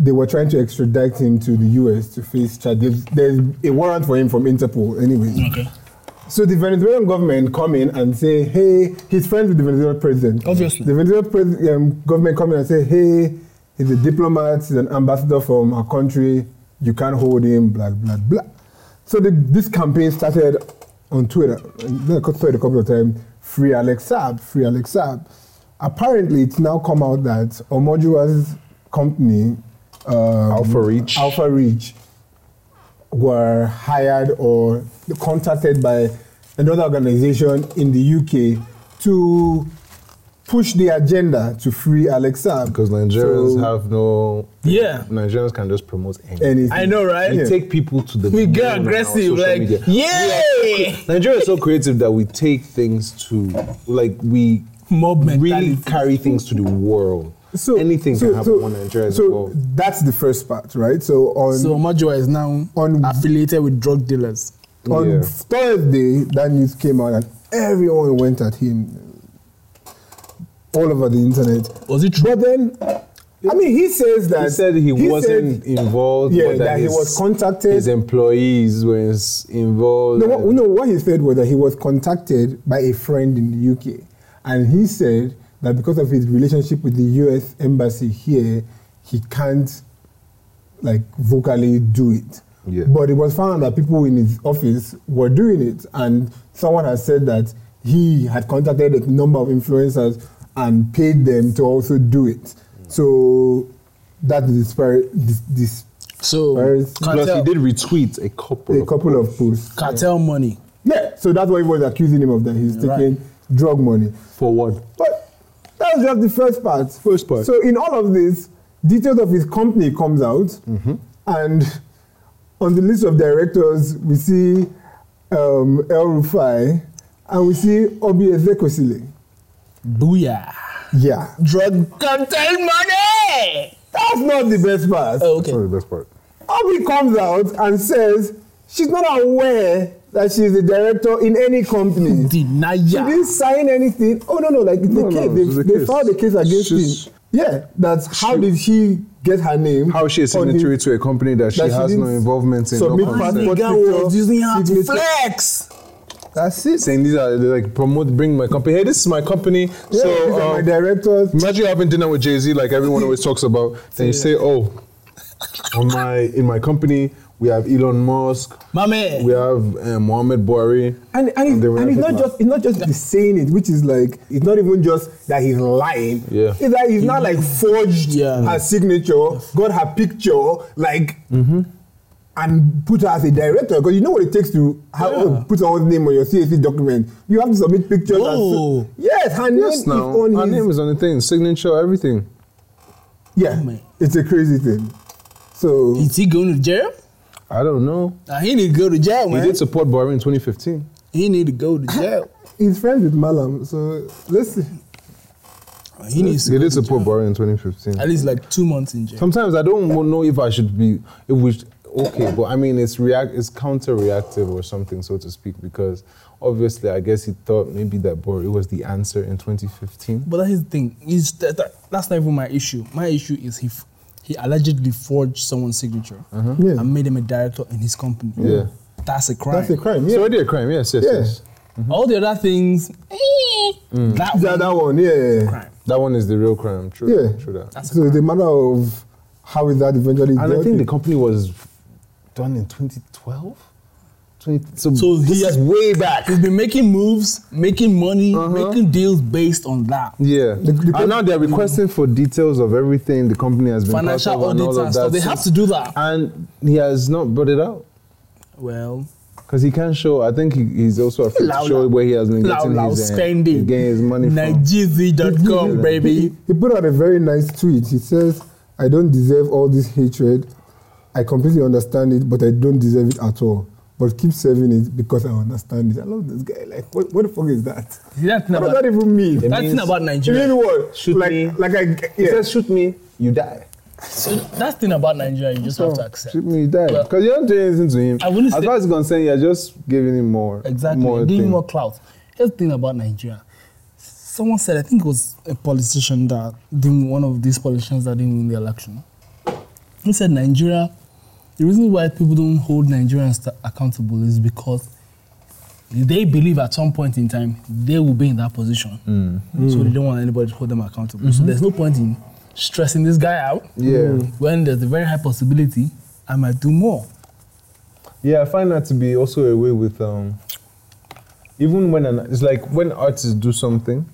S2: they were trying to extradite him to the U.S. to face charges. There's a warrant for him from Interpol, anyways.
S4: Okay.
S2: So the Venezuelan government come in and say, hey, he's friends with the Venezuelan president.
S4: Obviously.
S2: The Venezuelan pres- um, government come in and say, hey, he's a diplomat, he's an ambassador from our country, you can't hold him, blah, blah, blah. So the, this campaign started on Twitter, and then I got saw it a couple of times, free Alex Saab, free Alex Saab. Apparently, it's now come out that Omojua's company, um,
S3: Alpha Reach.
S2: Alpha Reach, were hired or contacted by another organization in the UK to push the agenda to free Alex Saab.
S3: Because Nigerians
S2: So,
S3: have no.
S4: Yeah.
S3: Nigerians can just promote anything.
S2: anything.
S4: I know, right?
S3: We
S2: Yeah.
S3: take people to the.
S4: We
S3: moon
S4: get
S3: on our
S4: aggressive,
S3: social
S4: like,
S3: media.
S4: yeah!
S3: Nigeria is so creative that we take things to, like, we
S4: (laughs) Mob
S3: really
S4: mentality.
S3: carry things to the world.
S2: So
S3: anything
S2: so-
S3: can happen
S2: so-
S3: when Nigeria is
S2: So
S3: involved.
S2: that's the first part, right? So on
S4: So Majua is now
S2: On-
S4: affiliated with drug dealers.
S2: on
S3: Yeah.
S2: Thursday, that news came out and everyone went at him all over the internet.
S4: Was it true?
S2: But then, I mean, he says that
S3: He said he, wasn't
S2: said-
S3: involved.
S2: Yeah,
S3: or
S2: that he was contacted.
S3: His employees were s- involved.
S2: No, what, no, what he said was that he was contacted by a friend in the UK. And he said that because of his relationship with the US embassy here, he can't like vocally do it.
S3: Yeah.
S2: But it was found that people in his office were doing it. And someone has said that he had contacted a number of influencers and paid them to also do it. So that's the dispar- dis- dis-
S4: So
S2: Whereas-
S3: Plus, he
S4: cartel,
S3: did retweet a couple.
S2: a
S3: of-
S2: couple of posts.
S4: cartel money.
S2: Yeah, so that's what he was accusing him of that he's
S4: Right.
S2: taking drug money.
S3: for what?
S2: But that was just the first part.
S3: First part.
S2: So in all of this, details of his company comes out, and on the list of directors we see um, El Rufai, and we see Obi Ezekwesili.
S4: Booyah.
S2: Yeah,
S4: Drug cartel money!
S2: that's not the best part.
S4: Oh,
S3: That's not
S4: okay.
S3: the best part.
S2: Obi comes out and says she's not aware that she's the director in any company. She
S4: Denier.
S2: didn't sign anything. Oh no, no, like the
S3: No, no,
S2: case.
S3: it's
S2: they,
S3: the
S2: they
S3: case.
S2: filed the case against
S3: She's-
S2: him. Yeah, that's how did she get her name?
S3: How is she
S2: on
S3: a
S2: his-
S3: signatory to a company that she
S2: that she
S3: has no
S2: didn't
S3: involvement in? No
S2: submit
S3: consent?
S2: passport.
S4: The guy
S2: picture,
S4: was using her to
S2: signature.
S4: flex.
S2: That's it.
S3: Saying these are they're like promote, bring my company. Hey, this is my company.
S2: Yeah, these
S3: so
S2: are my
S3: um,
S2: directors.
S3: imagine you having dinner with Jay Z, like everyone always talks about. Then you say, oh, on my in my company we have Elon Musk,
S4: My man.
S3: we have uh, Mohammed Buhari.
S2: And and,
S3: And
S2: it,
S3: they were
S2: and it's
S3: like
S2: not
S3: that.
S2: just it's not just the saying it, which is like it's not even just that he's lying.
S3: Yeah.
S2: It's that he's not like forged
S4: Yeah.
S2: her signature, got her picture, like and put her as a director. Because you know what it takes to have,
S4: Yeah.
S2: put someone's name on your CAC document. You have to submit pictures. and so-
S4: Whoa.
S2: yes, her name
S3: Oh. Yes,
S2: is
S3: now
S2: on
S3: her
S2: his
S3: name is on the thing, signature, everything.
S2: Yeah.
S4: Oh, man.
S2: it's a crazy thing. So
S4: Is he going to jail?
S3: I don't know.
S4: Nah, he need to go to jail,
S3: He
S4: man.
S3: did support Buhari in 2015.
S4: He need to go
S2: (laughs)
S4: to jail.
S2: he's friends with Malam. So let's see.
S4: He needs to
S3: He
S4: go
S3: did
S4: to
S3: support
S4: jail.
S3: Buhari in 2015.
S4: At least like two months in jail.
S3: Sometimes I don't wa- know if I should be if we sh- okay, but I mean it's react it's counter reactive or something so to speak because obviously I guess he thought maybe that Buhari was the answer in 2015.
S4: But that's his thing. Is that, that, that's not even my issue. My issue is he f- he allegedly forged someone's signature
S2: Yeah.
S4: and made him a director in his company.
S3: Yeah.
S4: That's a crime.
S2: That's a crime.
S3: It's
S2: Yeah.
S3: already a crime. Yes, yes,
S2: Yeah.
S3: yes.
S4: All the other things, eh, that
S2: Yeah,
S4: one,
S2: that one. Yeah.
S4: crime.
S3: That one is the real crime. True.
S2: Yeah.
S3: True that.
S4: That's a
S2: So it's a matter of how is that eventually
S3: And I
S2: dealt
S3: think the
S2: with.
S3: company was done in 2012. 20, so,
S4: So
S3: this
S4: he
S3: is
S4: has-
S3: way back.
S4: He's been making moves, making money, making deals based on that.
S3: Yeah.
S2: The- the-
S3: and now they're requesting for details of everything the company has been part
S4: Financial
S3: of and all
S4: audits
S3: of
S4: and
S3: that.
S4: stuff. They have to do that.
S3: And he has not brought it out.
S4: Well,
S3: Because he can show, I think he, he's also afraid
S4: Lau
S3: to show
S4: Lau.
S3: where he has been
S4: loud,
S3: getting
S4: loud
S3: his, uh,
S4: spending.
S3: getting his money from.
S2: He,
S4: Nigeria.com, baby.
S2: he put out a very nice tweet. He says, I don't deserve all this hatred. I completely understand it, but I don't deserve it at all. But keep serving it because I understand it. I love this guy. Like, what, what the fuck is that?
S4: See, that thing
S2: What does
S4: about,
S2: that even mean?
S4: that thing
S3: means-
S4: about
S2: You
S4: Nigeria.
S2: mean what?
S3: Shoot
S2: like,
S3: me.
S2: like I, yeah.
S3: He says, shoot me, you die.
S4: That thing about Nigeria, you just have to accept.
S3: Shoot me, you die. Because you're not doing anything to him.
S4: I wouldn't
S3: As
S4: say-
S3: far as he's concerned, you're just giving him more.
S4: Exactly.
S3: More
S4: Give
S3: thing.
S4: him more clout. Here's the thing about Nigeria. Someone said, I think it was a politician that didn't, one of these politicians that didn't win the election. He said, Nigeria, the reason why people don't hold Nigerians ta- accountable is because they believe at some point in time they will be in that position.
S3: Mm.
S4: So they don't want anybody to hold them accountable. So there's no point in stressing this guy out
S3: Mm-hmm. Yeah.
S4: when there's a very high possibility I might do more.
S3: Yeah, I find that to be also a way with um even when an it's like when artists do something,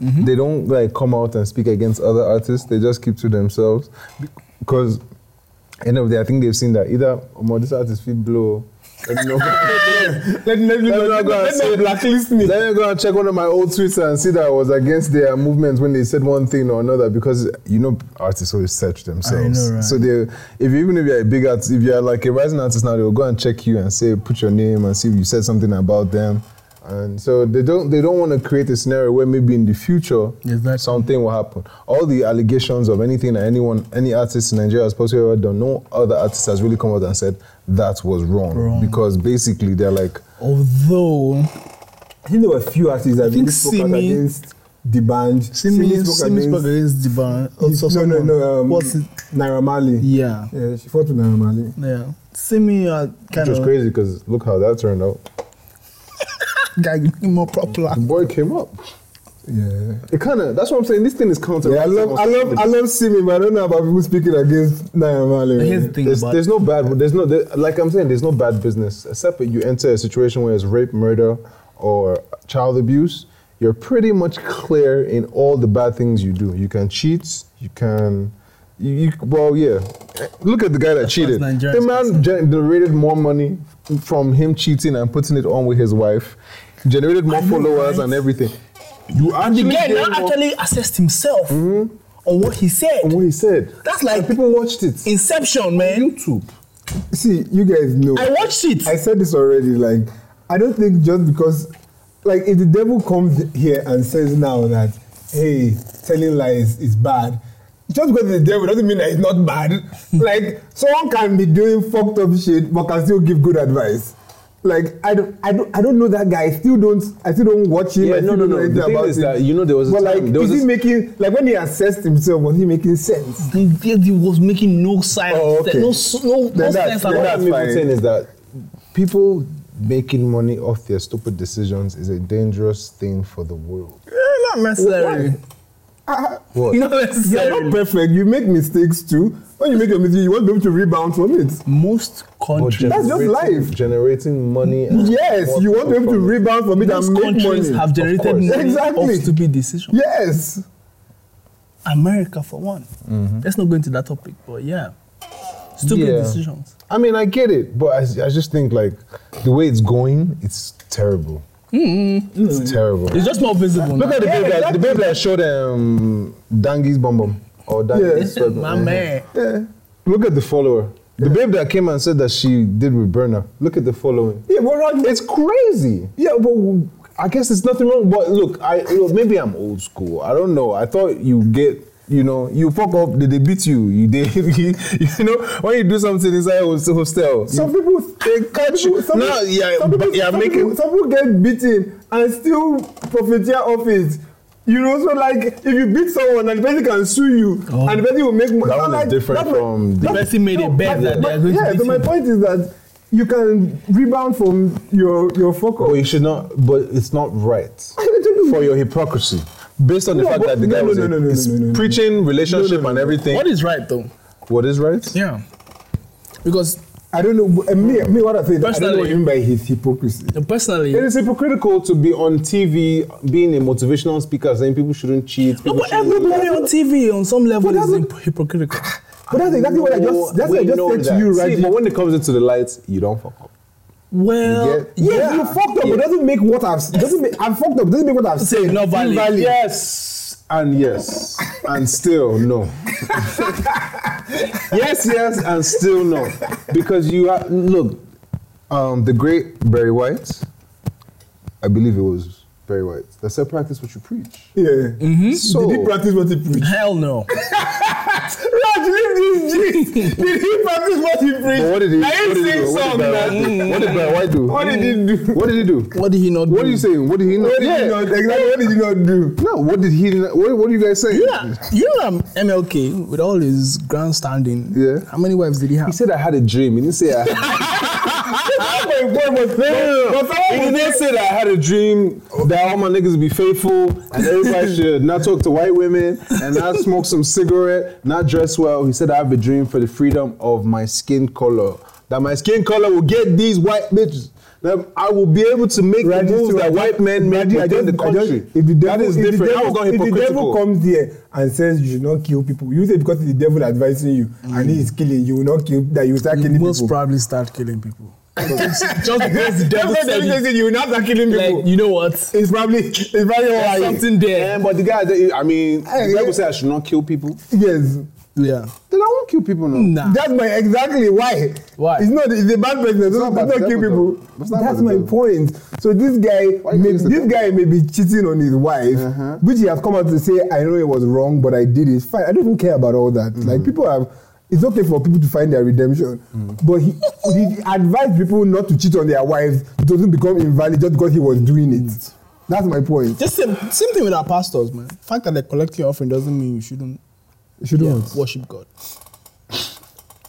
S4: Mm-hmm.
S3: they don't like come out and speak against other artists. They just keep to themselves because end of the day, I think they've seen that either oh, this artist feel blow. Let me, not, (laughs) let, let, me not go and say, blacklist me. Let me go and check one of my old tweets and see that I was against their movements when they said one thing or another because you know artists always search themselves.
S4: right?
S3: So they, if you- even if you're a big artist, if you're like a rising artist now, they will go and check you and say, put your name and see if you said something about them. And so they don't they don't want to create a scenario where maybe in the future
S4: Exactly.
S3: something will happen. All the allegations of anything that anyone any artist in Nigeria has possibly ever done, no other artist has really come out and said that was wrong.
S4: Wrong.
S3: Because basically they're like
S4: Although
S2: I think there were a few artists that
S4: think
S2: really spoke out
S4: Simi-
S2: against the band.
S4: Simi, Simi, spoke
S2: against-
S4: against the ban.
S2: no,
S4: Also,
S2: no,
S4: someone-
S2: no. Um,
S4: What's it?
S2: Naira Marley.
S4: Yeah,
S2: Yeah, she fought with Naira Marley.
S4: yeah. Simi uh,
S3: which
S4: kind
S3: was
S4: of
S3: crazy because look how that turned out.
S4: guy more popular.
S3: The boy came up.
S2: Yeah.
S3: It kinda that's what I'm saying. This thing is counter.
S2: Yeah, I love, I love, I love Simi, but I don't know about people speaking against Naira Marley.
S4: Here's the thing
S3: There's,
S4: about
S3: there's no bad. There's no there, like I'm saying. There's no bad business except that you enter a situation where it's rape, murder, or child abuse. You're pretty much clear in all the bad things you do. You can cheat. You can. You, you well, yeah. Look at the guy that cheated.
S4: Nigerians
S3: The man gen- generated more money from him cheating and putting it on with his wife. Generated more followers and everything. You
S4: the
S3: actually
S4: guy
S3: gain
S4: now
S3: more
S4: actually assessed himself
S2: Mm-hmm.
S4: on what he said.
S3: from what he said.
S4: That's like-
S3: And people watched it.
S4: Inception, man.
S3: YouTube.
S2: See, you guys know.
S4: I watched it.
S2: I said this already. Like, I don't think just because, like, if the devil comes here and says now that, hey, telling lies is bad, just because it's the devil doesn't mean that it's not
S3: (laughs)
S2: bad. like, someone can be doing fucked up shit but can still give good advice. Like, I don't, I don't, I don't know that guy. I still don't, I still don't watch him.
S3: Yeah,
S2: I still
S3: no, no,
S2: don't
S3: no.
S2: know
S3: The
S2: anything
S3: thing
S2: about
S3: is
S2: him.
S3: that, you know, there was a
S2: But
S3: time-
S2: like,
S3: there was
S2: is he
S3: this-
S2: making like when he assessed himself? Was he making sense?
S4: The video was making no sense.
S2: Oh, okay.
S4: No, s- no, no
S2: Then that's-
S4: sense
S2: then
S4: about (laughs)
S2: that's
S4: it.
S3: What I'm
S2: fine.
S3: even saying is that people making money off their stupid decisions is a dangerous thing for the world.
S4: Eh, Not necessary.
S3: What?
S4: Not
S2: You're
S4: necessary.
S2: not perfect. You make mistakes too. When you make a mistake, you want them to rebound from it.
S4: Most
S3: But
S4: countries,
S2: That's just
S3: generating-
S2: life.
S3: Generating money. and
S2: Yes,
S3: what
S2: you want
S3: people
S2: them to
S3: from it.
S2: rebound from it
S4: most
S2: and make
S4: countries
S2: money.
S4: have generated
S3: course.
S4: money
S2: Exactly.
S4: off stupid decisions.
S2: Yes.
S4: America for one.
S2: Mm-hmm.
S4: Let's not go into that topic, but yeah, stupid
S3: Yeah.
S4: decisions.
S3: I mean, I get it, but I, I just think like the way it's going, it's terrible. Mm-hmm. It's terrible.
S4: It's just not visible.
S3: Look
S4: now.
S3: at the baby. that The baby that showed um, Dangi's bum bum or Dangi's
S4: This is my man.
S3: Look at the follower. The babe that came and said that she did with Berna. Look at the following.
S2: Yeah, but right
S3: It's crazy.
S2: yeah, but
S3: I guess there's nothing wrong. But look, I look, maybe I'm old school. I don't know. I thought you get, you know, you fuck up. They, they (laughs) beat you. You did, you know, when you do something inside a hostel.
S2: some
S3: you-
S2: people
S3: they catch you.
S2: some
S3: No,
S2: people-
S3: yeah,
S2: some
S3: but
S2: people,
S3: yeah,
S2: some
S3: make
S2: people,
S3: it-
S2: some people get beaten and still profiteer off it. You know, so like if you beat someone and the person can sue you
S4: Oh.
S2: and the person will make money.
S3: That one is
S2: like,
S3: different
S2: that-
S3: from the-
S4: The person made a bet
S2: but-
S4: that they are
S2: but-
S4: going to
S2: Yeah,
S4: beat
S2: so my
S4: you.
S2: point is that you can rebound from your your fuck up.
S3: But you should not. But it's not right
S2: don't know.
S3: for your hypocrisy, based on the
S2: No,
S3: fact
S2: but-
S3: that the
S2: no,
S3: guy
S2: no,
S3: was
S2: no,
S3: a-
S2: no, no,
S3: is
S2: no, no, no.
S3: preaching relationship and everything.
S4: What is right though?
S3: what is right?
S4: Yeah. Because
S2: I don't know. uh, Me, me, what I think. I don't know what
S4: Personally-
S2: you mean by his hypocrisy.
S4: personally,
S3: It is hypocritical to be on TV being a motivational speaker saying people shouldn't cheat.
S4: no,
S3: People
S4: but
S3: shouldn't-
S4: everybody on TV on some level
S2: But
S4: is
S2: that's-
S4: imp- hypocritical.
S2: But that's exactly what I just. That's what I
S3: We
S2: just
S3: know
S2: said to
S3: that.
S2: you,
S3: See,
S2: right?
S3: but when it comes into the lights, you don't fuck up.
S4: Well,
S3: get-
S2: Yes,
S4: yeah.
S2: you fucked up.
S3: Yeah.
S2: But doesn't make what I've doesn't make I'm fucked up. Doesn't make what I've
S4: Say
S2: said
S4: not valid.
S2: invalid.
S3: Yes and yes and still (laughs) no. yes, yes and still no, because you are look. Um, the great Barry White, I believe it was Barry White. That said, practice what you preach.
S2: Yeah. Mm-hmm.
S3: So
S2: Did he practice what he preached?
S4: Hell no.
S2: Raj, leave this gist. Did he practice what he preached?
S3: But what did he?
S2: I
S3: what
S2: ain't
S3: did he
S2: sing
S3: do?
S2: song,
S3: What did Barry White
S2: man.
S3: do? What did Barry White do?
S2: What did he do?
S3: What did he do?
S4: What did he
S3: What
S4: not do?
S3: are you saying? What did he? Not,
S2: What did
S3: yeah.
S2: he not, exactly what did he not do?
S3: No. What did he? Not, what, what are you guys saying?
S4: You know, you know um, MLK with all his grandstanding.
S3: Yeah.
S4: How many wives did he have?
S3: He said I had a dream. He didn't say I. Had
S2: My boy was there. But
S3: he
S2: someone was
S3: didn't say that I had a dream that all my niggas be faithful and everybody should not talk to white women and not smoke some cigarette, not dress well. He said I have a dream for the freedom of my skin color. That my skin color will get these white bitches. That I will be able to make the
S2: Raji,
S3: moves
S2: so I
S3: that white men make
S2: Raji, I
S3: within the
S2: just- I just-
S3: country.
S2: If the devil,
S3: that is
S2: if the
S3: different. I was
S2: devil-
S3: not
S2: If the devil
S3: hypocritical.
S2: comes here and says you should not kill people, you say because the devil advising you and he is killing you, will not kill that you will start
S4: You
S2: killing (laughs)
S4: most
S2: people.
S4: probably start killing people. (laughs) just because the devil
S2: That's why
S4: said
S2: the devil
S4: it.
S2: says you will not start killing people.
S4: Like, you know what?
S2: it's probably it's probably all
S4: There's
S2: right.
S4: something there.
S3: And but the guy, that- I mean,
S2: Hey,
S3: the Bible
S2: yeah.
S3: said I should not kill people.
S2: Yes.
S4: Yeah.
S3: Then I won't kill people now.
S4: Nah.
S2: That's my exactly why.
S4: Why?
S2: It's not it's a bad person. It's not,
S3: not about
S2: it's
S3: the
S2: not kill people.
S3: devil, though. It's not
S2: That's
S3: about the
S2: my
S3: devil.
S2: point. So this guy
S3: you
S2: may,
S3: use the
S2: this guy
S3: devil?
S2: may be cheating on his wife,
S3: Uh-huh.
S2: which he has come out to say, I know it was wrong, but I did it. Fine. I don't even care about all that.
S3: Mm.
S2: Like people have it's okay for people to find their redemption.
S3: Mm.
S2: But he, he advised people not to cheat on their wives. It doesn't become invalid just because he was doing
S3: Mm.
S2: it. That's my point.
S4: Just same, same thing with our pastors, man. The fact that they collect your offering doesn't mean you shouldn't
S2: You should
S4: yeah,
S2: not.
S4: worship God.
S2: (laughs)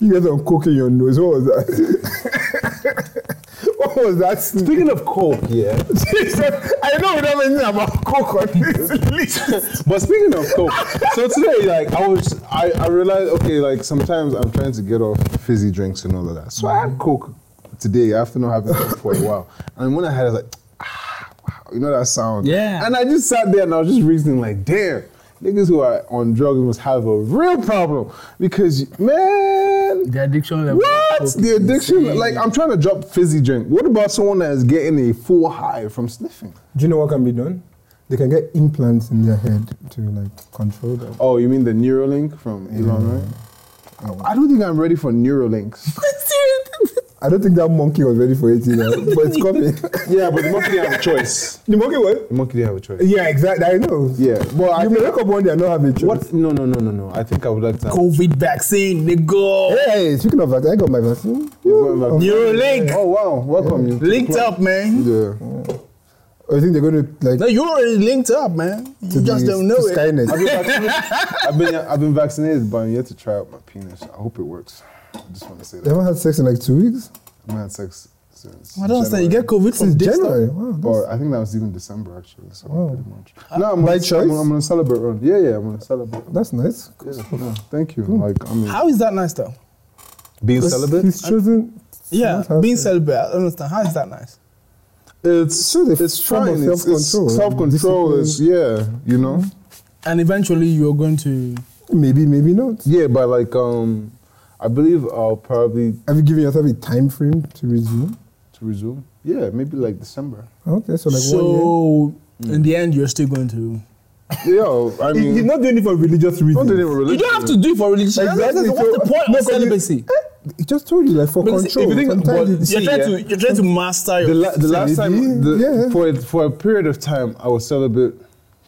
S2: you guys are cooking your nose. What was that? (laughs) what was that?
S3: Speaking of coke,
S4: (laughs)
S3: yeah.
S2: (laughs) Jesus, I know we don't have anything about coke
S3: (laughs)
S2: on this list.
S3: But speaking of coke, so today, like, I was, I, I realized, okay, like, sometimes I'm trying to get off fizzy drinks and all of that. So I had coke today after not having coke for a while. And when I had it, I was like, ah, wow, you know that sound?
S4: Yeah.
S3: And I just sat there and I was just reasoning, like, damn, niggas who are on drugs must have a real problem because, man.
S4: The addiction level.
S3: What? The addiction? Like, I'm trying to drop fizzy drink. What about someone that is getting a full high from sniffing?
S2: Do you know what can be done? They can get implants in their head to like control them.
S3: Oh, you mean the Neuralink from Elon, right? Mm-hmm. I don't think I'm ready for Neuralinks.
S2: I don't think that monkey was ready for it either, but it's coming.
S3: (laughs)
S2: (laughs)
S3: yeah, but the monkey didn't have a choice.
S2: the monkey what?
S3: The monkey didn't have a choice.
S2: Yeah, exactly. I know.
S3: Yeah, but I
S2: you may wake up one day and not have a choice.
S3: What? No, no, no, no, no. I think I would like to. Have
S4: COVID vaccine, nigga.
S2: Hey, speaking of that, I got my vaccine.
S3: You're going back-
S4: Neuralink.
S3: Oh wow! Welcome you.
S4: Linked up, man.
S3: (laughs) Yeah.
S2: I think they're going to like
S4: No, you already linked up, man. You
S2: to
S4: just
S2: the,
S4: don't know
S2: to
S4: it.
S3: I've
S2: Skynet.
S3: been, vaccinated- I've been I've been vaccinated, but I'm yet to try out my penis. I hope it works. I just want to say
S2: They
S3: that.
S2: haven't had sex in like two weeks
S3: I've had sex since.
S4: I don't understand. You
S3: January.
S4: get COVID from
S2: since
S4: this stuff?
S2: January. Wow, that's-
S3: Or I think that was even December actually. So pretty much. No, I'm
S2: By
S3: gonna,
S2: choice?
S3: I'm, gonna- I'm gonna celebrate. Ron. Yeah, yeah, I'm gonna celebrate.
S2: That's nice.
S3: Yeah, yeah. Thank you. Like I mean,
S4: How is that nice, though?
S3: being
S2: Because He's chosen.
S4: Yeah,
S2: Not healthy.
S4: being celibate. I don't understand. How is that nice?
S3: It's
S2: So the
S3: it's
S2: form of
S3: fine. It's, it's
S2: self-control and
S3: self-control. Mm-hmm. It's yeah, you know.
S4: And eventually, you're going to.
S2: Maybe, maybe not.
S3: Yeah, but like um, I believe I'll probably
S2: Have you given yourself a time frame to resume?
S3: to resume. Yeah, maybe like (laughs) December.
S2: Okay, so like one
S4: so, in the end, you're still going to.
S3: yeah, I
S2: year.
S3: mean,
S2: he's not doing it for religious
S3: not
S2: reasons.
S3: doing it with
S4: You
S3: religion.
S4: don't have to do it for religion.
S2: Exactly,
S4: That's- that's-
S2: so-
S4: What's the point
S2: no,
S4: of
S2: 'cause you-
S4: celibacy?
S2: He just told you like for
S4: Because
S2: control.
S4: if you
S3: think
S2: Sometimes
S3: about-
S2: it's-
S4: You're
S3: See,
S4: trying
S3: yeah.
S4: to you're trying to master
S3: The,
S4: your.
S3: la- the last time, the,
S2: Yeah.
S3: for a, for a period of time, I was celibate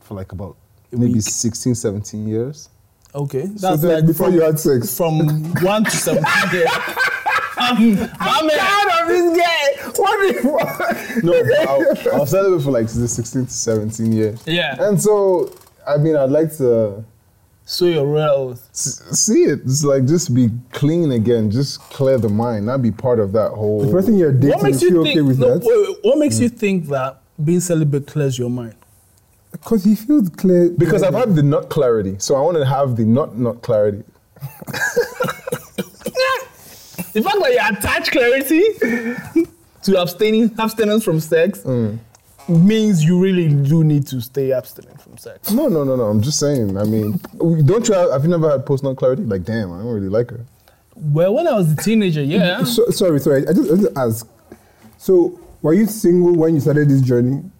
S3: for like about maybe
S4: week.
S3: 16, 17 years.
S4: okay,
S2: so
S4: that's
S2: then
S4: like (laughs)
S2: before
S4: from,
S2: you had sex.
S4: (laughs) from one to seventeen. there. I'm
S2: tired of this guy. What the fuck?
S3: (laughs) No, I've- I've started with for like the 16 to 17 years.
S4: Yeah.
S3: And so, I mean, I'd like to
S4: So you're real oath.
S3: s- see it. It's like just be clean again. Just clear the mind. Not be part of that whole.
S2: The person you're dating,
S4: What makes
S2: is she
S4: you
S2: okay
S4: think?
S2: with
S4: no,
S2: that?
S4: wait, wait, what makes you think that being celibate clears your mind?
S2: Because he feels clear.
S3: Because I've had the nut clarity, so I want to have the nut nut clarity.
S4: The fact that you attach clarity (laughs) to abstaining abstinence from sex means you really do need to stay abstinent from sex.
S3: No, no, no, no. I'm just saying. I mean, don't you have? Have you never had post nut clarity? Like, damn, I don't really like
S4: (laughs)
S3: her.
S4: Well, when I was a teenager, yeah.
S2: So, sorry, sorry. I just, I just ask. So, were you single when you started this journey?
S4: (laughs)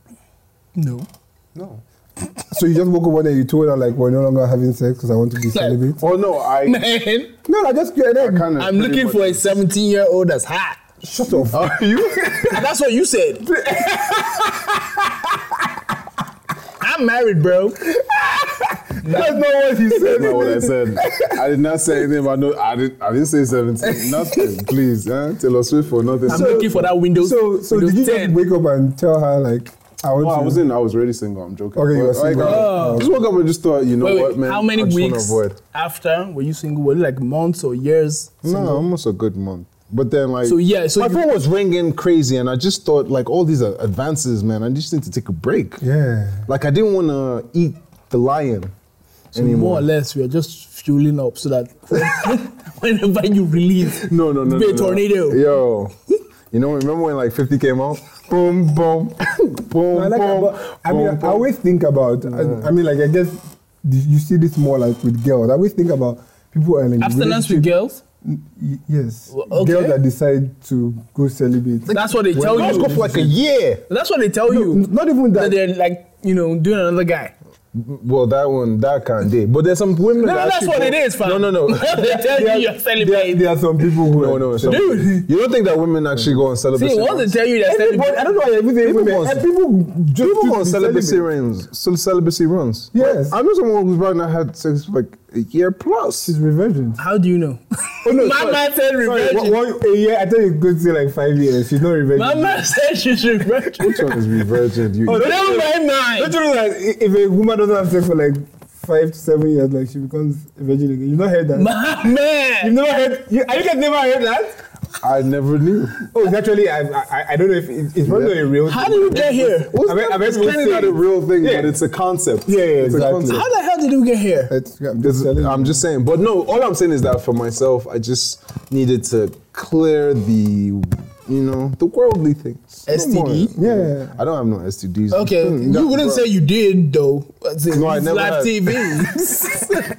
S4: No.
S3: No.
S2: So you just woke up one day, you told her like we're no longer having sex because I want to be celibate.
S3: Oh no,
S4: (laughs)
S3: I.
S4: Man,
S2: No, I just get
S3: I
S2: it.
S3: kind of.
S4: I'm looking for a 17 year old that's hot.
S2: Shut up.
S3: Are you?
S4: That's what
S3: (laughs)
S4: you said. I'm married, bro.
S3: That's not what he said. That's not what I said. I did not say anything about no. I didn't. I didn't say 17. Nothing. Please, huh? Taylor Swift for nothing.
S4: I'm looking for that Windows.
S2: (laughs) So, so
S4: Windows
S2: did you
S4: 10.
S2: just wake up and tell her like I want
S3: No,
S2: to?
S3: I wasn't. I was already single. I'm joking.
S2: Okay, you were
S3: But, like,
S2: single.
S3: I- I just woke up and just thought, you know
S4: Wait, wait,
S3: what, man?
S4: how many
S3: I just wanna
S4: weeks
S3: Avoid.
S4: after were you single? Were it like months or years?
S3: No, almost a good month. But then, like,
S4: So, yeah, so
S3: my
S4: you-
S3: phone was ringing crazy, and I just thought, like, all these are advances, man. I just need to take a break.
S2: Yeah.
S3: Like, I didn't want to eat the lion
S4: So more
S3: anymore.
S4: or less, we are just fueling up so that (laughs) whenever you release,
S3: No, no, no,
S4: Be a
S3: no, no.
S4: tornado.
S3: Yo, you know, remember when like 50 came out? Boom, boom, boom,
S2: I, like
S3: boom,
S2: about, I mean,
S3: boom,
S2: I
S3: boom.
S2: always think about. I, I mean, like I guess th- you see this more like with girls. I always think about people are like
S4: abstinence with
S2: relationship-
S4: girls.
S2: Y- Yes,
S4: Well, okay.
S2: girls that decide to go celibate.
S4: That's what they tell
S3: Girls go
S4: you.
S3: for like a year.
S4: That's what they tell you.
S2: n- not even that.
S4: they're like you know doing another guy.
S3: Well, that one, that can't do. But there's some women.
S4: No,
S3: that
S4: that's
S3: actually
S4: what
S3: go-
S4: it is, fam.
S3: No, no, no.
S4: (laughs) they tell you you're
S2: There,
S4: celibate.
S2: there are some people who.
S3: No,
S2: are-
S3: no, some-
S4: Dude.
S3: You don't think that women actually go on celebrate?
S4: See, once they tell you they're
S2: Everybody,
S4: celibate,
S2: I don't know why everything
S3: People
S2: women.
S3: wants-
S2: eh, People just
S3: People
S2: choose
S3: go
S2: to
S3: on
S2: be
S3: celibacy
S2: celibate.
S3: runs, so celibacy runs.
S2: Yes.
S3: I know someone who's right now had sex for like a year plus.
S2: She's revergent.
S4: how do you know?
S2: no,
S4: (laughs) My
S2: sorry.
S4: man said
S2: Sorry, one-
S4: reversion.
S2: one- a year. I thought you could say like five years. She's not revergent.
S4: My man said she's reversion.
S3: Which one is revergent? You,
S2: Oh,
S4: Never mind mine.
S2: Don't you know that i- if a woman doesn't have sex for like five to seven years, like she becomes a virgin again? You've not heard that.
S4: My man.
S2: You've never heard. You, are you guys never heard that?
S3: I never knew.
S2: Oh, it's actually, I, I, I don't know if it, it's probably
S3: Yeah.
S2: a real.
S4: How
S2: thing.
S4: did you get here?
S3: What's
S2: I mean- I mean,
S3: it's
S2: we'll
S3: kind of not
S2: see.
S3: a real thing,
S2: Yeah.
S3: but it's a concept.
S2: Yeah, yeah,
S3: It's
S2: exactly.
S3: a
S4: How
S3: concept.
S4: the hell did we get here?
S2: It's- I'm
S3: It's-
S2: just telling
S3: I'm
S2: you.
S3: just saying, but no. All I'm saying is that for myself, I just needed to clear the, you know, the worldly things. No
S4: STD?
S3: more.
S2: Yeah.
S3: I don't have no STDs.
S4: Okay,
S3: Hmm,
S4: you
S3: that-
S4: wouldn't
S3: bro.
S4: say you did though. As in,
S3: No, I
S4: it's
S3: never had.
S4: live (laughs) TV.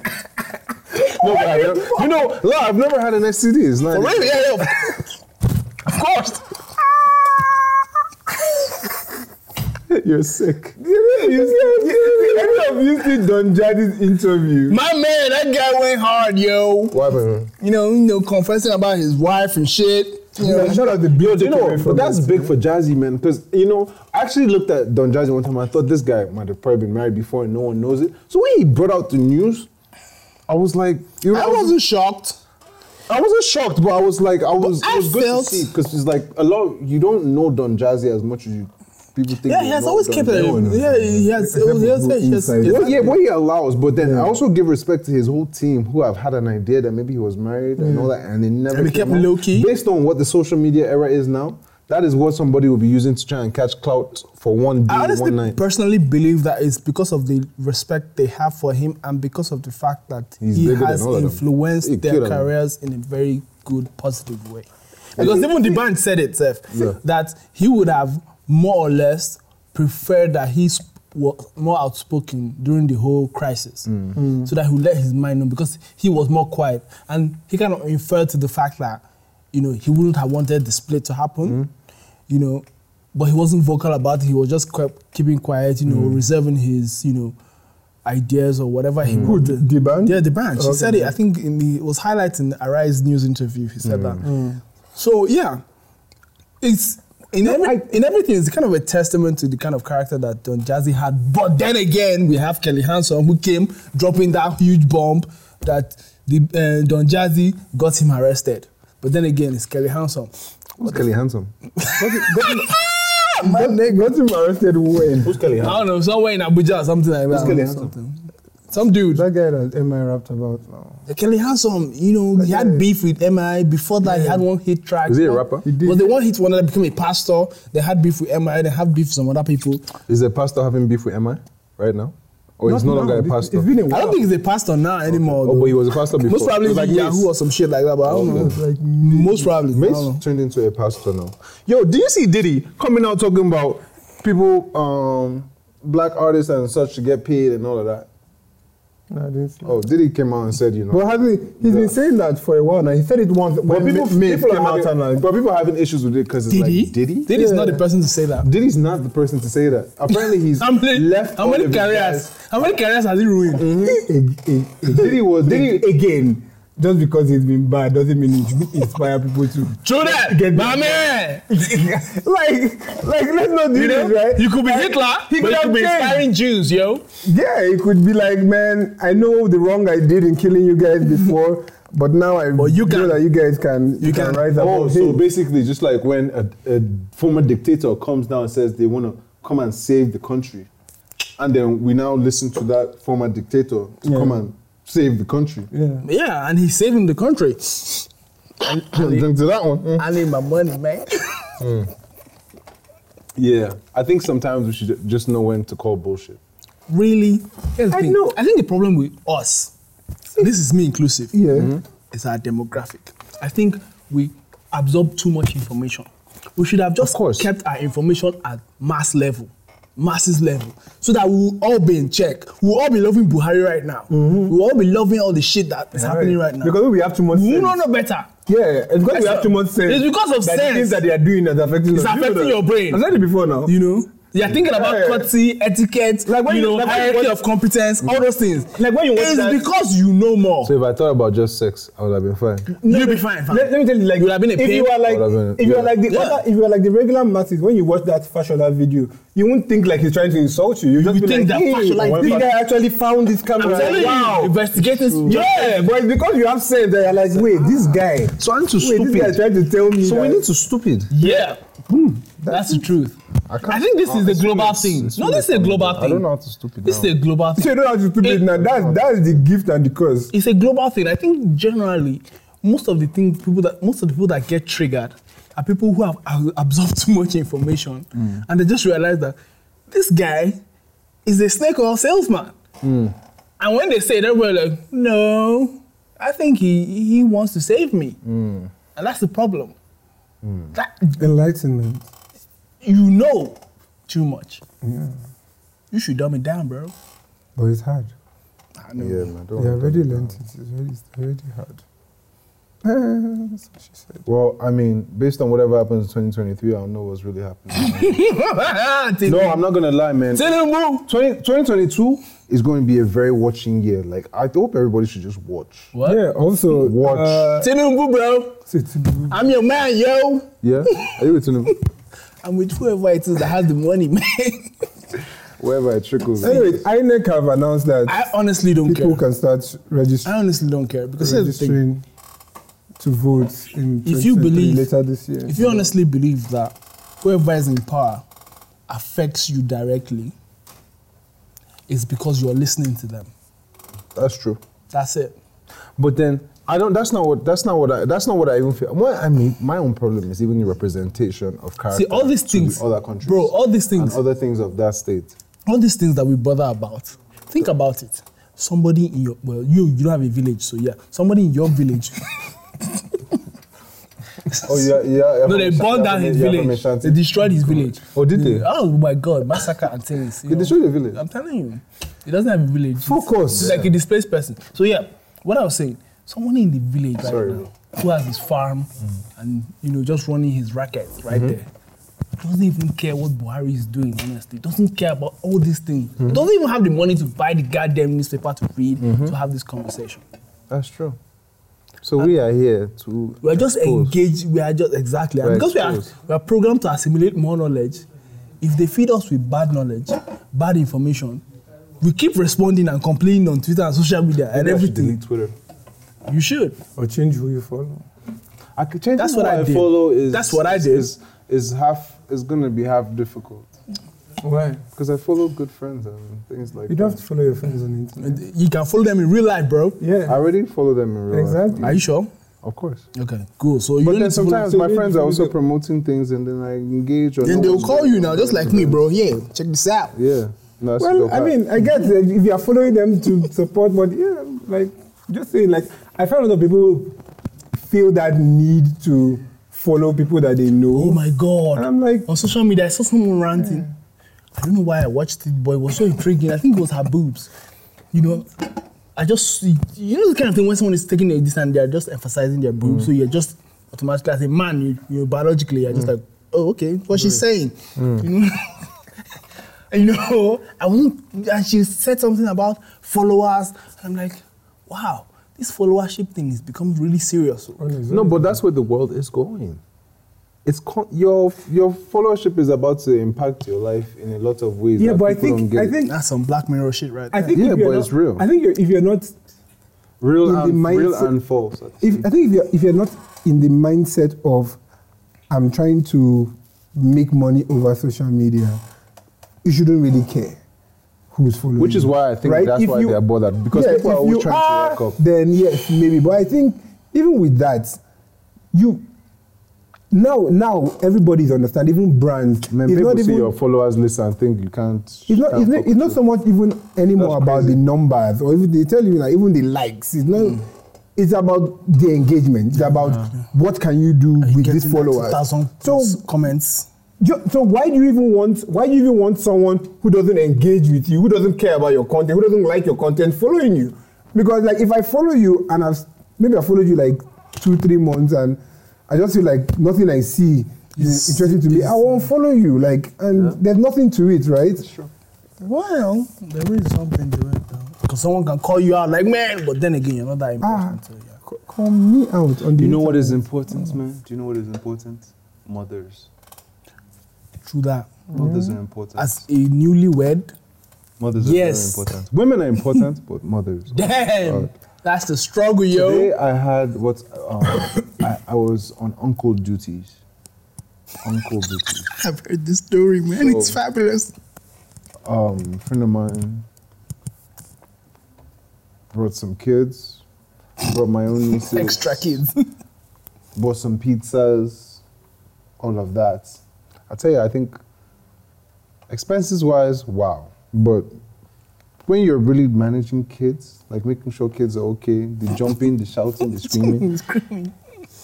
S3: No, but I never- you know, look, I've never had an STD. It's not.
S4: For real, yeah, yeah. Of course.
S3: You're sick.
S2: Everyone used to Don Jadi's interview.
S4: My man, that guy went hard, yo.
S3: What happened?
S4: You know, you know, confessing about his wife and shit. You know,
S2: Yeah, shout out the beauty.
S3: You know, but that's big for Jazzy, man. Because you know, I actually looked at Don Jazzy one time. I thought this guy might have probably been married before, and no one knows it. So when he brought out the news, I was like, you know,
S4: I wasn't shocked.
S3: I wasn't shocked, but I was like, I was,
S4: I
S3: it was good
S4: felt-
S3: to see because it's like a lot. You don't know Don Jazzy as much as you people think.
S4: Yeah,
S3: you
S4: he has
S3: know
S4: always
S3: Don
S4: kept
S3: Jazzy.
S4: it. Yeah, he has. He has, he has, he has,
S2: Inside.
S4: he has
S3: Well, yeah, what he allows, but then I also give respect to his whole team who have had an idea that maybe he was married and all that, and they never
S4: And they
S3: came
S4: kept
S3: out.
S4: low-key.
S3: Based on what the social media era is now, that is what somebody will be using to try and catch clout for one day,
S4: I honestly
S3: one night.
S4: personally believe that it's because of the respect they have for him and because of the fact that
S3: He's
S4: he
S3: bigger than
S4: has
S3: all of them.
S4: influenced
S3: He
S4: their
S3: killed them.
S4: careers in a very good, positive way. Because even the band said it, Seth,
S3: Yeah.
S4: that he would have more or less preferred that he sp- was more outspoken during the whole crisis
S2: Mm.
S4: so that he would let his mind know because he was more quiet. And he kind of inferred to the fact that, you know, he wouldn't have wanted the split to happen
S2: Mm.
S4: you know, but he wasn't vocal about it. He was just kept keeping quiet, you know,
S2: Mm.
S4: reserving his, you know, ideas or whatever he wanted.
S2: Mm. the band?
S4: Yeah, the band. He
S2: Okay.
S4: said it. I think in the, it was highlighting Arise News interview. He said that. So yeah, it's in every, in everything. It's kind of a testament to the kind of character that Don Jazzy had. But then again, we have Kelly Hanson who came dropping that huge bomb that the uh, Don Jazzy got him arrested. But then again, it's Kelly Handsome.
S3: Who's Kelly Handsome?
S2: Got, got him arrested when?
S3: Who's Kelly
S4: I don't know, somewhere in Abuja or something like that.
S3: Who's Kelly
S4: or
S3: Handsome?
S4: something. Some dude.
S2: That guy that MI rapped about now.
S4: The Kelly Handsome, you know, he had
S2: Yeah.
S4: beef with MI. Before that, he had one hit track.
S3: Is he a rapper?
S2: He did.
S4: Well, the one hit wonder that became a pastor. They had beef with MI. They have beef with some other people.
S3: Is the pastor having beef with MI right now? Or he's
S2: Not
S3: no longer
S2: now.
S3: a
S2: It's-
S3: pastor?
S2: It's been a
S4: I
S2: while.
S4: don't think he's a pastor now anymore.
S3: Oh,
S4: though.
S3: but he was a pastor before.
S4: (laughs) Most probably
S3: It was
S4: like
S3: Mace.
S4: Yahoo or some shit like that. But I don't know.
S2: It's like
S4: Most probably. I don't know.
S3: Mace turned into a pastor now. Yo, do you see Diddy coming out talking about people, um, black artists and such to get paid and all of that?
S2: No, I didn't see.
S3: Oh, Diddy came out and said, you know.
S2: But has he, he's
S3: Yeah.
S2: been saying that for a while now. He said it once.
S3: but
S2: when
S3: people,
S2: Ma- Mace
S3: people,
S2: came
S3: are
S2: out and
S3: having,
S2: like,
S3: but people are having issues with it because it's like Diddy.
S4: Diddy is not
S2: Yeah.
S4: the person to say that.
S3: Diddy's not the person to say that. Apparently, he's
S4: (laughs) How many,
S3: left.
S4: how
S3: all
S4: many
S3: of his
S4: careers? How many careers has he ruined?
S2: a- a-
S3: guys. Diddy was Diddy.
S2: a- again, just because he's been bad doesn't mean it should inspire people to.
S4: Children, my man,
S2: (laughs) like, like let's not do
S4: you know,
S2: this, right?
S4: you could be Hitler,
S2: he could
S4: but you
S2: have
S4: could be
S2: changed.
S4: inspiring Jews, yo.
S2: Yeah, it could be like, man, I know the wrong I did in killing you guys
S4: (laughs)
S2: before, but now I
S4: But you
S2: know
S4: can-
S2: that you guys can you,
S4: you
S2: can,
S4: can-
S2: rise above
S3: Oh, so
S2: him.
S3: basically, just like when a, a former dictator comes down and says they want to come and save the country, and then we now listen to that former dictator to
S2: Yeah.
S3: come and save the country.
S2: yeah.
S4: Yeah, and he's saving the country.
S3: Drink to that one. Mm.
S4: I need my money, man.
S3: Yeah, I think sometimes we should ju- just know when to call bullshit.
S4: Really? Here's the
S2: I
S4: thing.
S2: know.
S4: I think the problem with us, this is me inclusive,
S2: Yeah. Mm-hmm.
S4: is our demographic. I think we absorb too much information. We should have just
S3: Of course.
S4: kept our information at mass level, masses level, so that we'll all be in check. We'll all be loving Buhari right now. We'll all be loving all the shit that is happening right now.
S2: Mm-hmm. Because we have too much.
S4: we will
S2: sense.
S4: not know better.
S2: Yeah, it's because we
S4: Yes,
S2: have
S4: sir.
S2: too much sense.
S4: It's because of
S2: that The
S4: sense.
S2: things that they are doing is affecting
S4: It's
S2: us. You know
S4: affecting
S2: that.
S4: your brain.
S2: I've said it before now.
S4: You know? You're thinking about
S2: Yeah.
S4: courtesy, etiquette,
S2: Like when
S4: you
S2: you-
S4: know,
S2: like when you
S4: hierarchy
S2: watch-
S4: of competence, all those things.
S2: Like when you watch
S4: it's
S2: that-
S4: because you know more.
S3: So if I thought about just sex, I would have been fine.
S4: You'll be fine. fam.
S2: Let, let me tell you, like,
S4: You would have been a
S2: if
S4: pimp.
S2: you are like,
S3: Would have been-
S2: if you
S3: yeah.
S2: are like the
S4: Yeah.
S2: other, if you are like the regular masses, when you watch that Fashola video, you won't think like he's trying to insult you. You just
S4: would
S2: be
S4: think
S2: like,
S4: that
S2: hey,
S4: Fashola is
S2: this guy actually found this camera.
S4: I'm telling
S2: wow.
S4: you, investigating.
S2: Yeah, but it's because you have sense that you're like, wait, this guy.
S3: So I'm too
S2: Wait, this guy
S3: stupid.
S2: tried to tell me.
S3: So we
S2: that-
S3: need to stupid.
S4: Yeah.
S2: Hmm.
S4: that's, the truth. I,
S3: can't-
S4: think this
S3: Oh,
S4: is the
S3: it's
S4: global
S3: stupid.
S4: thing.
S3: It's
S4: No, this is a
S3: stupid.
S4: global thing.
S3: I don't know how to stupid.
S4: This
S3: now.
S4: is a global
S2: So (laughs)
S4: thing.
S2: you know how stupid
S4: It-
S2: now. That's that's the gift and the curse.
S4: It's a global thing. I think generally, most of the things people that most of the people that get triggered are people who have ab- absorbed (laughs) too much information, and they just realize that this guy is a snake oil salesman. And when they say it, everybody like, no, I think he he wants to save me, and that's the problem. That
S2: Enlightenment.
S4: you know too much. You should dumb it down, bro.
S2: But it's hard.
S4: I
S3: Yeah, man. Don't
S2: They
S3: worry
S2: already
S3: about
S2: learnt
S3: that.
S2: it. It's already, it's already hard. (laughs) Eh, That's what she said.
S3: Well, I mean, based on whatever happens in 2023, I don't know what's really
S4: (laughs)
S3: happening.
S4: (laughs) Tinubu.
S3: no, I'm not gonna lie, man.
S4: Tinubu.
S3: 20, 2022 is going to be a very watching year. Like, I hope everybody should just watch.
S4: What?
S2: Yeah. Also,
S3: Watch.
S2: Uh,
S4: Tinubu, bro.
S2: Tinubu.
S4: I'm your man, yo.
S3: Yeah? (laughs) Are you with Tinubu?
S4: I'm with whoever it is that has the money, (laughs) man.
S3: Wherever it trickles.
S2: Anyway, INEC have announced that
S4: I honestly don't
S2: people
S4: care.
S2: can start
S4: I
S2: registering,
S4: honestly don't care because here's the thing.
S2: registering to vote in
S4: If
S2: 2023
S4: you believe-
S2: later this year.
S4: If you honestly believe that whoever is in power affects you directly, it's because you're listening to them.
S3: That's true.
S4: That's it.
S3: But then I don't. That's not what. That's not what. I, that's not what I even feel. Well, I mean, my own problem is even the representation of character.
S4: See, all these
S3: to
S4: things,
S3: other countries,
S4: bro, all these
S3: and
S4: things,
S3: other things of that state.
S4: all these things that we bother about think about it somebody in your well you you don't have a village so yeah somebody in your village
S3: (laughs) Oh yeah, yeah.
S4: no they burned down his village they destroyed his village
S3: Oh, did they?
S4: oh my god massacre and things you
S3: They
S4: know.
S3: destroyed the village?
S4: i'm telling you he doesn't have a village
S3: Focus.
S4: He's like a displaced person so yeah what i was saying someone in the village right
S3: Sorry, Mm.
S4: now, who has his farm and you know just running his racket right
S3: Mm-hmm.
S4: there doesn't even care what Buhari is doing, honestly. Doesn't care about all these things.
S3: Mm-hmm.
S4: Doesn't even have the money to buy the goddamn newspaper to read to have this conversation.
S3: That's true. So we are here to.
S4: We are just
S3: expose.
S4: engaged. We are just exactly and
S3: We're
S4: because we are
S3: exposed.
S4: we are programmed to assimilate more knowledge. If they feed us with bad knowledge, bad information, we keep responding and complaining on Twitter and social media and
S3: Maybe I should
S4: everything.
S3: delete Twitter.
S4: You should.
S2: or change who you follow.
S3: I could change
S4: That's
S3: who
S4: what I did.
S3: follow is
S4: That's what I
S3: is-
S4: did.
S3: Is, is half is gonna be half difficult
S2: Why?
S3: because I follow good friends and things like
S2: You don't have
S3: that.
S2: to follow your friends on the internet.
S4: You can follow them in real life, bro.
S3: I
S2: Yeah.
S3: already follow them in real
S2: Exactly.
S3: life.
S4: Are you sure?
S3: Of course.
S4: Okay, cool. So you
S3: But
S4: don't
S3: then
S4: need to follow-
S3: sometimes
S2: so
S3: my
S2: we-
S3: friends are
S2: we
S3: also
S2: do-
S3: promoting things and then I engage. Or
S4: then
S3: know
S4: they'll
S3: what's
S4: call
S3: going
S4: you now,
S3: on.
S4: just like me, bro. Yeah, check this out.
S3: Yeah. No, that's
S2: Well,
S3: dope.
S2: I mean, I get it. if you are following them to support, but yeah, like just saying, like I found a lot of people feel that need to follow people that they know.
S4: Oh my god.
S2: And I'm like-
S4: on social media, I saw someone ranting. I don't know why I watched it, but it was so intriguing. I think it was her boobs. You know, I just see- you know the kind of thing when someone is taking a distance, they're just emphasizing their boobs. So you're just automatically as a man, you you biologically you're just like, oh okay, what she's saying. You know? (laughs) And, you know, I wasn't, and she said something about followers. And I'm like, wow, this followership thing is become really serious.
S2: Mm.
S3: No, but that's where the world is going. It's con- your your followership is about to impact your life in a lot of ways.
S2: yeah,
S3: that
S2: but I
S3: people don't
S2: think
S3: get
S2: I
S3: it.
S2: think
S4: That's some black mirror shit right
S2: I
S4: there.
S2: think
S3: Yeah,
S2: if you're
S3: but
S2: not,
S3: it's real.
S2: I think you're, if you're not
S3: real
S2: in the
S3: and real
S2: mindset-
S3: and false. actually.
S2: if I think if you're if you're not in the mindset of I'm trying to make money over social media, you shouldn't really care who's following.
S3: Which is
S2: you,
S3: why I think
S2: right?
S3: that's
S2: If
S3: why
S2: you-
S3: they are bothered because
S2: Yeah,
S3: people are
S2: if
S3: always
S2: you
S3: trying
S2: are,
S3: to rack up.
S2: Then yes, maybe. But I think even with that, you now now everybody's understand. Even brands,
S3: Man,
S2: it's
S3: people
S2: not
S3: see
S2: even
S3: your followers list and think you can't.
S2: it's not,
S3: can't
S2: it's not,
S3: fuck
S2: it's not
S3: with
S2: so much even anymore
S3: That's
S2: about
S3: crazy. Mm.
S2: the numbers or even they tell you like even the likes. It's not. It's about the engagement. It's about what can you do
S4: Are you
S2: with these
S4: getting that
S2: followers.
S4: 2,000
S2: So,
S4: plus comments.
S2: ju- so why do you even want? Why do you even want someone who doesn't engage with you, who doesn't care about your content, who doesn't like your content following you? Because like if I follow you and I've s- maybe I followed you like two, three months and I just feel like nothing I see
S4: Is-
S2: is interesting to me. I won't follow you. Like and there's nothing to it, right?
S3: Sure.
S4: Well, there is something to it though. Because someone can call you out like, man, but then again, you're not that
S2: Ah,
S4: important. so yeah.
S2: c- call me out on the.
S3: You know what
S2: internet.
S3: is important, man? Do you know what is important? Mothers.
S4: True that.
S3: Mothers are important.
S4: As a newlywed,
S3: mothers
S4: yes.
S3: are very important. Women
S2: (laughs)
S3: are important, but mothers.
S4: damn,
S3: Alright.
S4: that's the struggle, yo.
S3: Today I had what um, I, I was on uncle duties. Uncle duties.
S4: I've heard this story, man. It's
S3: So-
S4: fabulous.
S3: Um, friend of mine brought some kids. Brought my own nieces.
S4: Extra kids.
S3: bought some pizzas, all of that. I tell you, I think expenses wise, wow. But when you're really managing kids, like making sure kids are okay, the jumping, the shouting, the screaming,
S4: Screaming.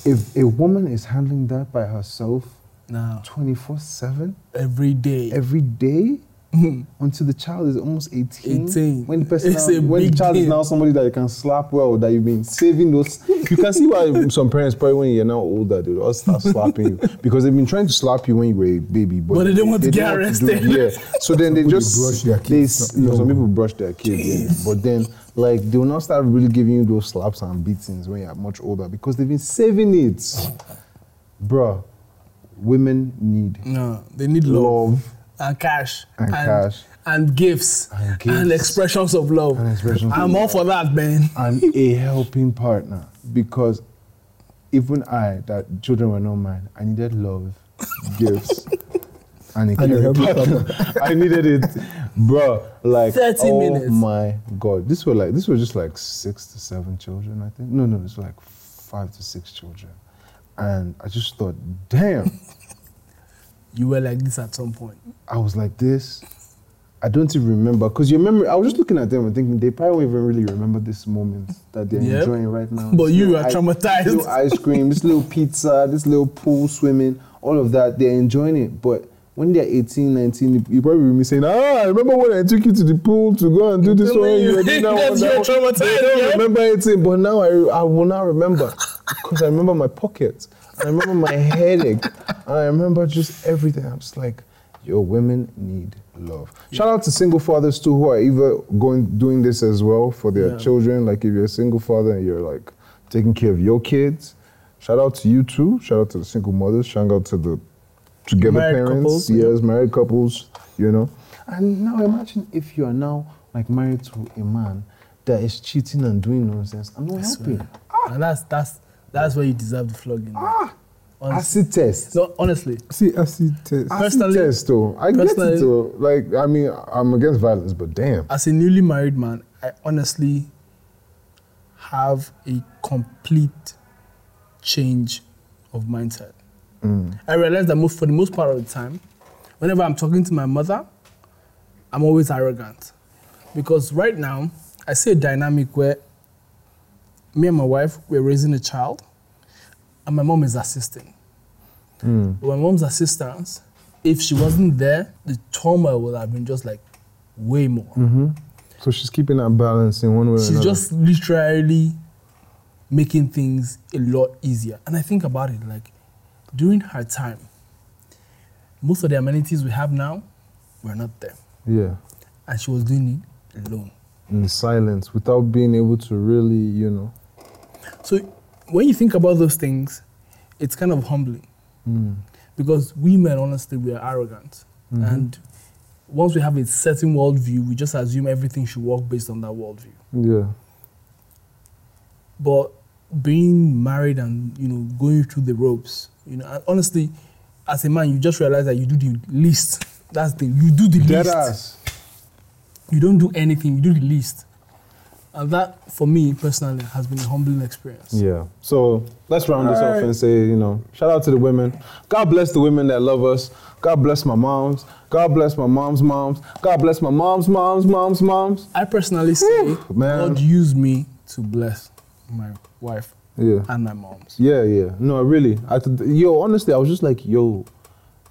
S3: if a woman is handling that by herself
S4: Now,
S3: 24 7
S4: every day.
S3: every day Hmm. until the child is almost 18,
S4: 18.
S3: when the person
S4: It's
S3: now-
S4: a
S3: when the
S4: big
S3: child is
S4: deal.
S3: now somebody that you can slap well that you've been saving those (laughs) you can see why some parents probably when you're now older they'll all start slapping you because they've been trying to slap you when you were a baby but,
S4: But they don't want to get
S3: don't want to do-
S4: arrested.
S3: yeah so then they
S2: Some people
S3: just
S2: brush their
S3: they
S2: kids,
S3: s-
S2: some-
S3: you know, some people brush their kids yeah. but then like they will not start really giving you those slaps and beatings when you're much older because they've been saving it bruh women need
S4: No, they need love,
S3: love
S4: and cash
S3: And cash.
S4: and gifts
S3: And
S4: and,
S3: gifts.
S4: expressions of love.
S3: And expressions of
S4: I'm all
S3: love.
S4: for that, man.
S3: and a helping partner because even I, that children were not mine, I needed love, gifts, and
S2: And
S3: a
S2: a
S3: caring
S2: helping
S3: partner. (laughs) I needed it, bro. Like
S4: 30
S3: oh
S4: minutes.
S3: my god, this were like this were just like six to seven children, I think. No, no, it's like five to six children, and I just thought, damn.
S4: You were like this at some point.
S3: I was like this. I don't even remember because your memory. I was just looking at them and thinking they probably won't even really remember this moment that they're
S4: Yeah.
S3: enjoying right now.
S4: But
S3: This
S4: you
S3: little
S4: are
S3: ice-
S4: traumatized.
S3: This little ice cream, this little pizza, this little pool swimming, all of that. They're enjoying it, but. When they're 18, 19, you- you probably will be saying, Ah, I remember when I took you to the pool to go and do this
S4: Remember
S3: one. You
S4: you-
S3: were
S4: (laughs)
S3: doing that
S4: Yes,
S3: one.
S4: you
S3: that
S4: were
S3: one." They
S4: traumatized,
S3: don't
S4: yeah.
S3: remember it, but now I, I will not remember because I remember my pockets. I remember my headache. And I remember just everything. I'm just like, yo, women need love. Shout out to single fathers too who are either going doing this as well for their
S4: Yeah.
S3: children. Like if you're a single father and you're like taking care of your kids, shout out to you too. Shout out to the single mothers. Shout out to the together
S4: Married
S3: parents.
S4: couples, yeah.
S3: yes, married couples. You know. And now imagine if you are now like married to a man that is cheating and doing nonsense. I'm not helping.
S4: And that's that's That's where you deserve the flogging.
S3: Ah,
S4: honestly.
S3: acid test.
S4: No, honestly.
S2: See, acid test.
S4: Personally-
S3: acid test, though. I get
S4: personally-
S3: it, though. Like, I mean, I'm against violence, but damn.
S4: as a newly married man, I honestly have a complete change of mindset.
S3: Mm.
S4: I realize that most, for the most part of the time, whenever I'm talking to my mother, I'm always arrogant. Because right now, I see a dynamic where me and my wife, we're raising a child, and my mom is assisting. With my mom's assistance, if she wasn't there, the trauma would have been just like way more.
S3: Mm, Mm-hmm. So she's keeping that balance in one way or
S4: She's
S3: another.
S4: just literally making things a lot easier. And I think about it like during her time, most of the amenities we have now were not there.
S3: yeah,
S4: And she was doing it alone.
S3: in silence without being able to really, you know.
S4: So when you think about those things, it's kind of humbling
S3: Mm.
S4: because we men, honestly, we are arrogant.
S3: Mm-hmm.
S4: And once we have a certain worldview, we just assume everything should work based on that worldview.
S3: Yeah.
S4: but being married and you know going through the ropes you know and honestly as a man you just realize that you do the least that's the you do the
S3: Dead
S4: least
S3: ass.
S4: you don't do anything you do the least and that for me personally has been a humbling experience
S3: Yeah. So let's round this off
S2: Alright.
S3: and say, you know, shout out to the women. God bless the women that love us. God bless my moms. God bless my mom's moms. God bless my mom's mom's mom's moms.
S4: i personally say
S3: Whew, man.
S4: god used me to bless my wife
S3: Yeah.
S4: and my mom's
S3: Yeah, yeah. No, really. I th- yo, honestly, I was just like, yo,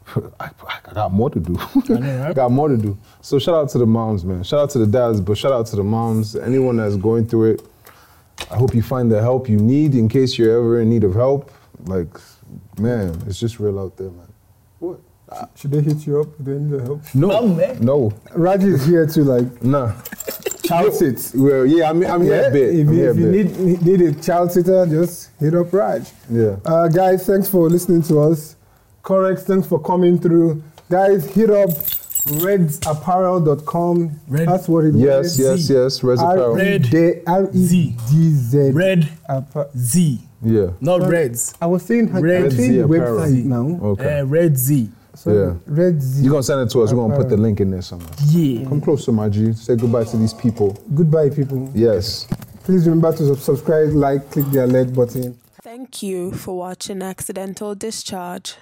S3: (laughs) I, I got more to do. (laughs)
S4: I know, right?
S3: got more to do. So shout out to the moms, man. Shout out to the dads, but shout out to the moms. Anyone that's going through it, I hope you find the help you need in case you're ever in need of help. Like, man, it's just real out there, man. What?
S2: Should they hit you up? Do they need your help?
S3: No,
S4: Oh, man.
S3: no,
S2: Raj is here to like
S3: nah.
S2: child sit.
S3: Well, yeah, I'm, I'm here
S2: Yeah,
S3: a bit.
S2: If,
S3: I'm
S2: you,
S3: here a
S2: if you
S3: bit.
S2: need, need a child sitter, just hit up Raj.
S3: Yeah.
S2: Uh, guys, thanks for listening to us. Correct, thanks for coming through. Guys, hit up redsapparel.com.
S4: Red-
S2: That's what it is.
S3: yes, yes,
S4: Z.
S3: yes. Res apparel.
S4: Red.
S2: R-E-D- R-E-D-Z.
S4: red
S2: appa-
S4: z
S3: Yeah.
S4: not reds
S2: I was saying,
S4: Red
S2: I'm saying
S3: Z
S2: the
S3: apparel.
S2: website now.
S3: Okay.
S4: uh, red z
S2: So
S3: Yeah.
S2: Red Z.
S3: You're gonna send it to us. We're gonna put the
S2: Apparel.
S3: link in there somewhere.
S4: yeah
S3: Come closer, my G. Say goodbye to these people.
S2: Goodbye, people.
S3: Yes.
S2: Please remember to sub- subscribe, like, click the alert button.
S1: Thank you for watching Accidental Discharge.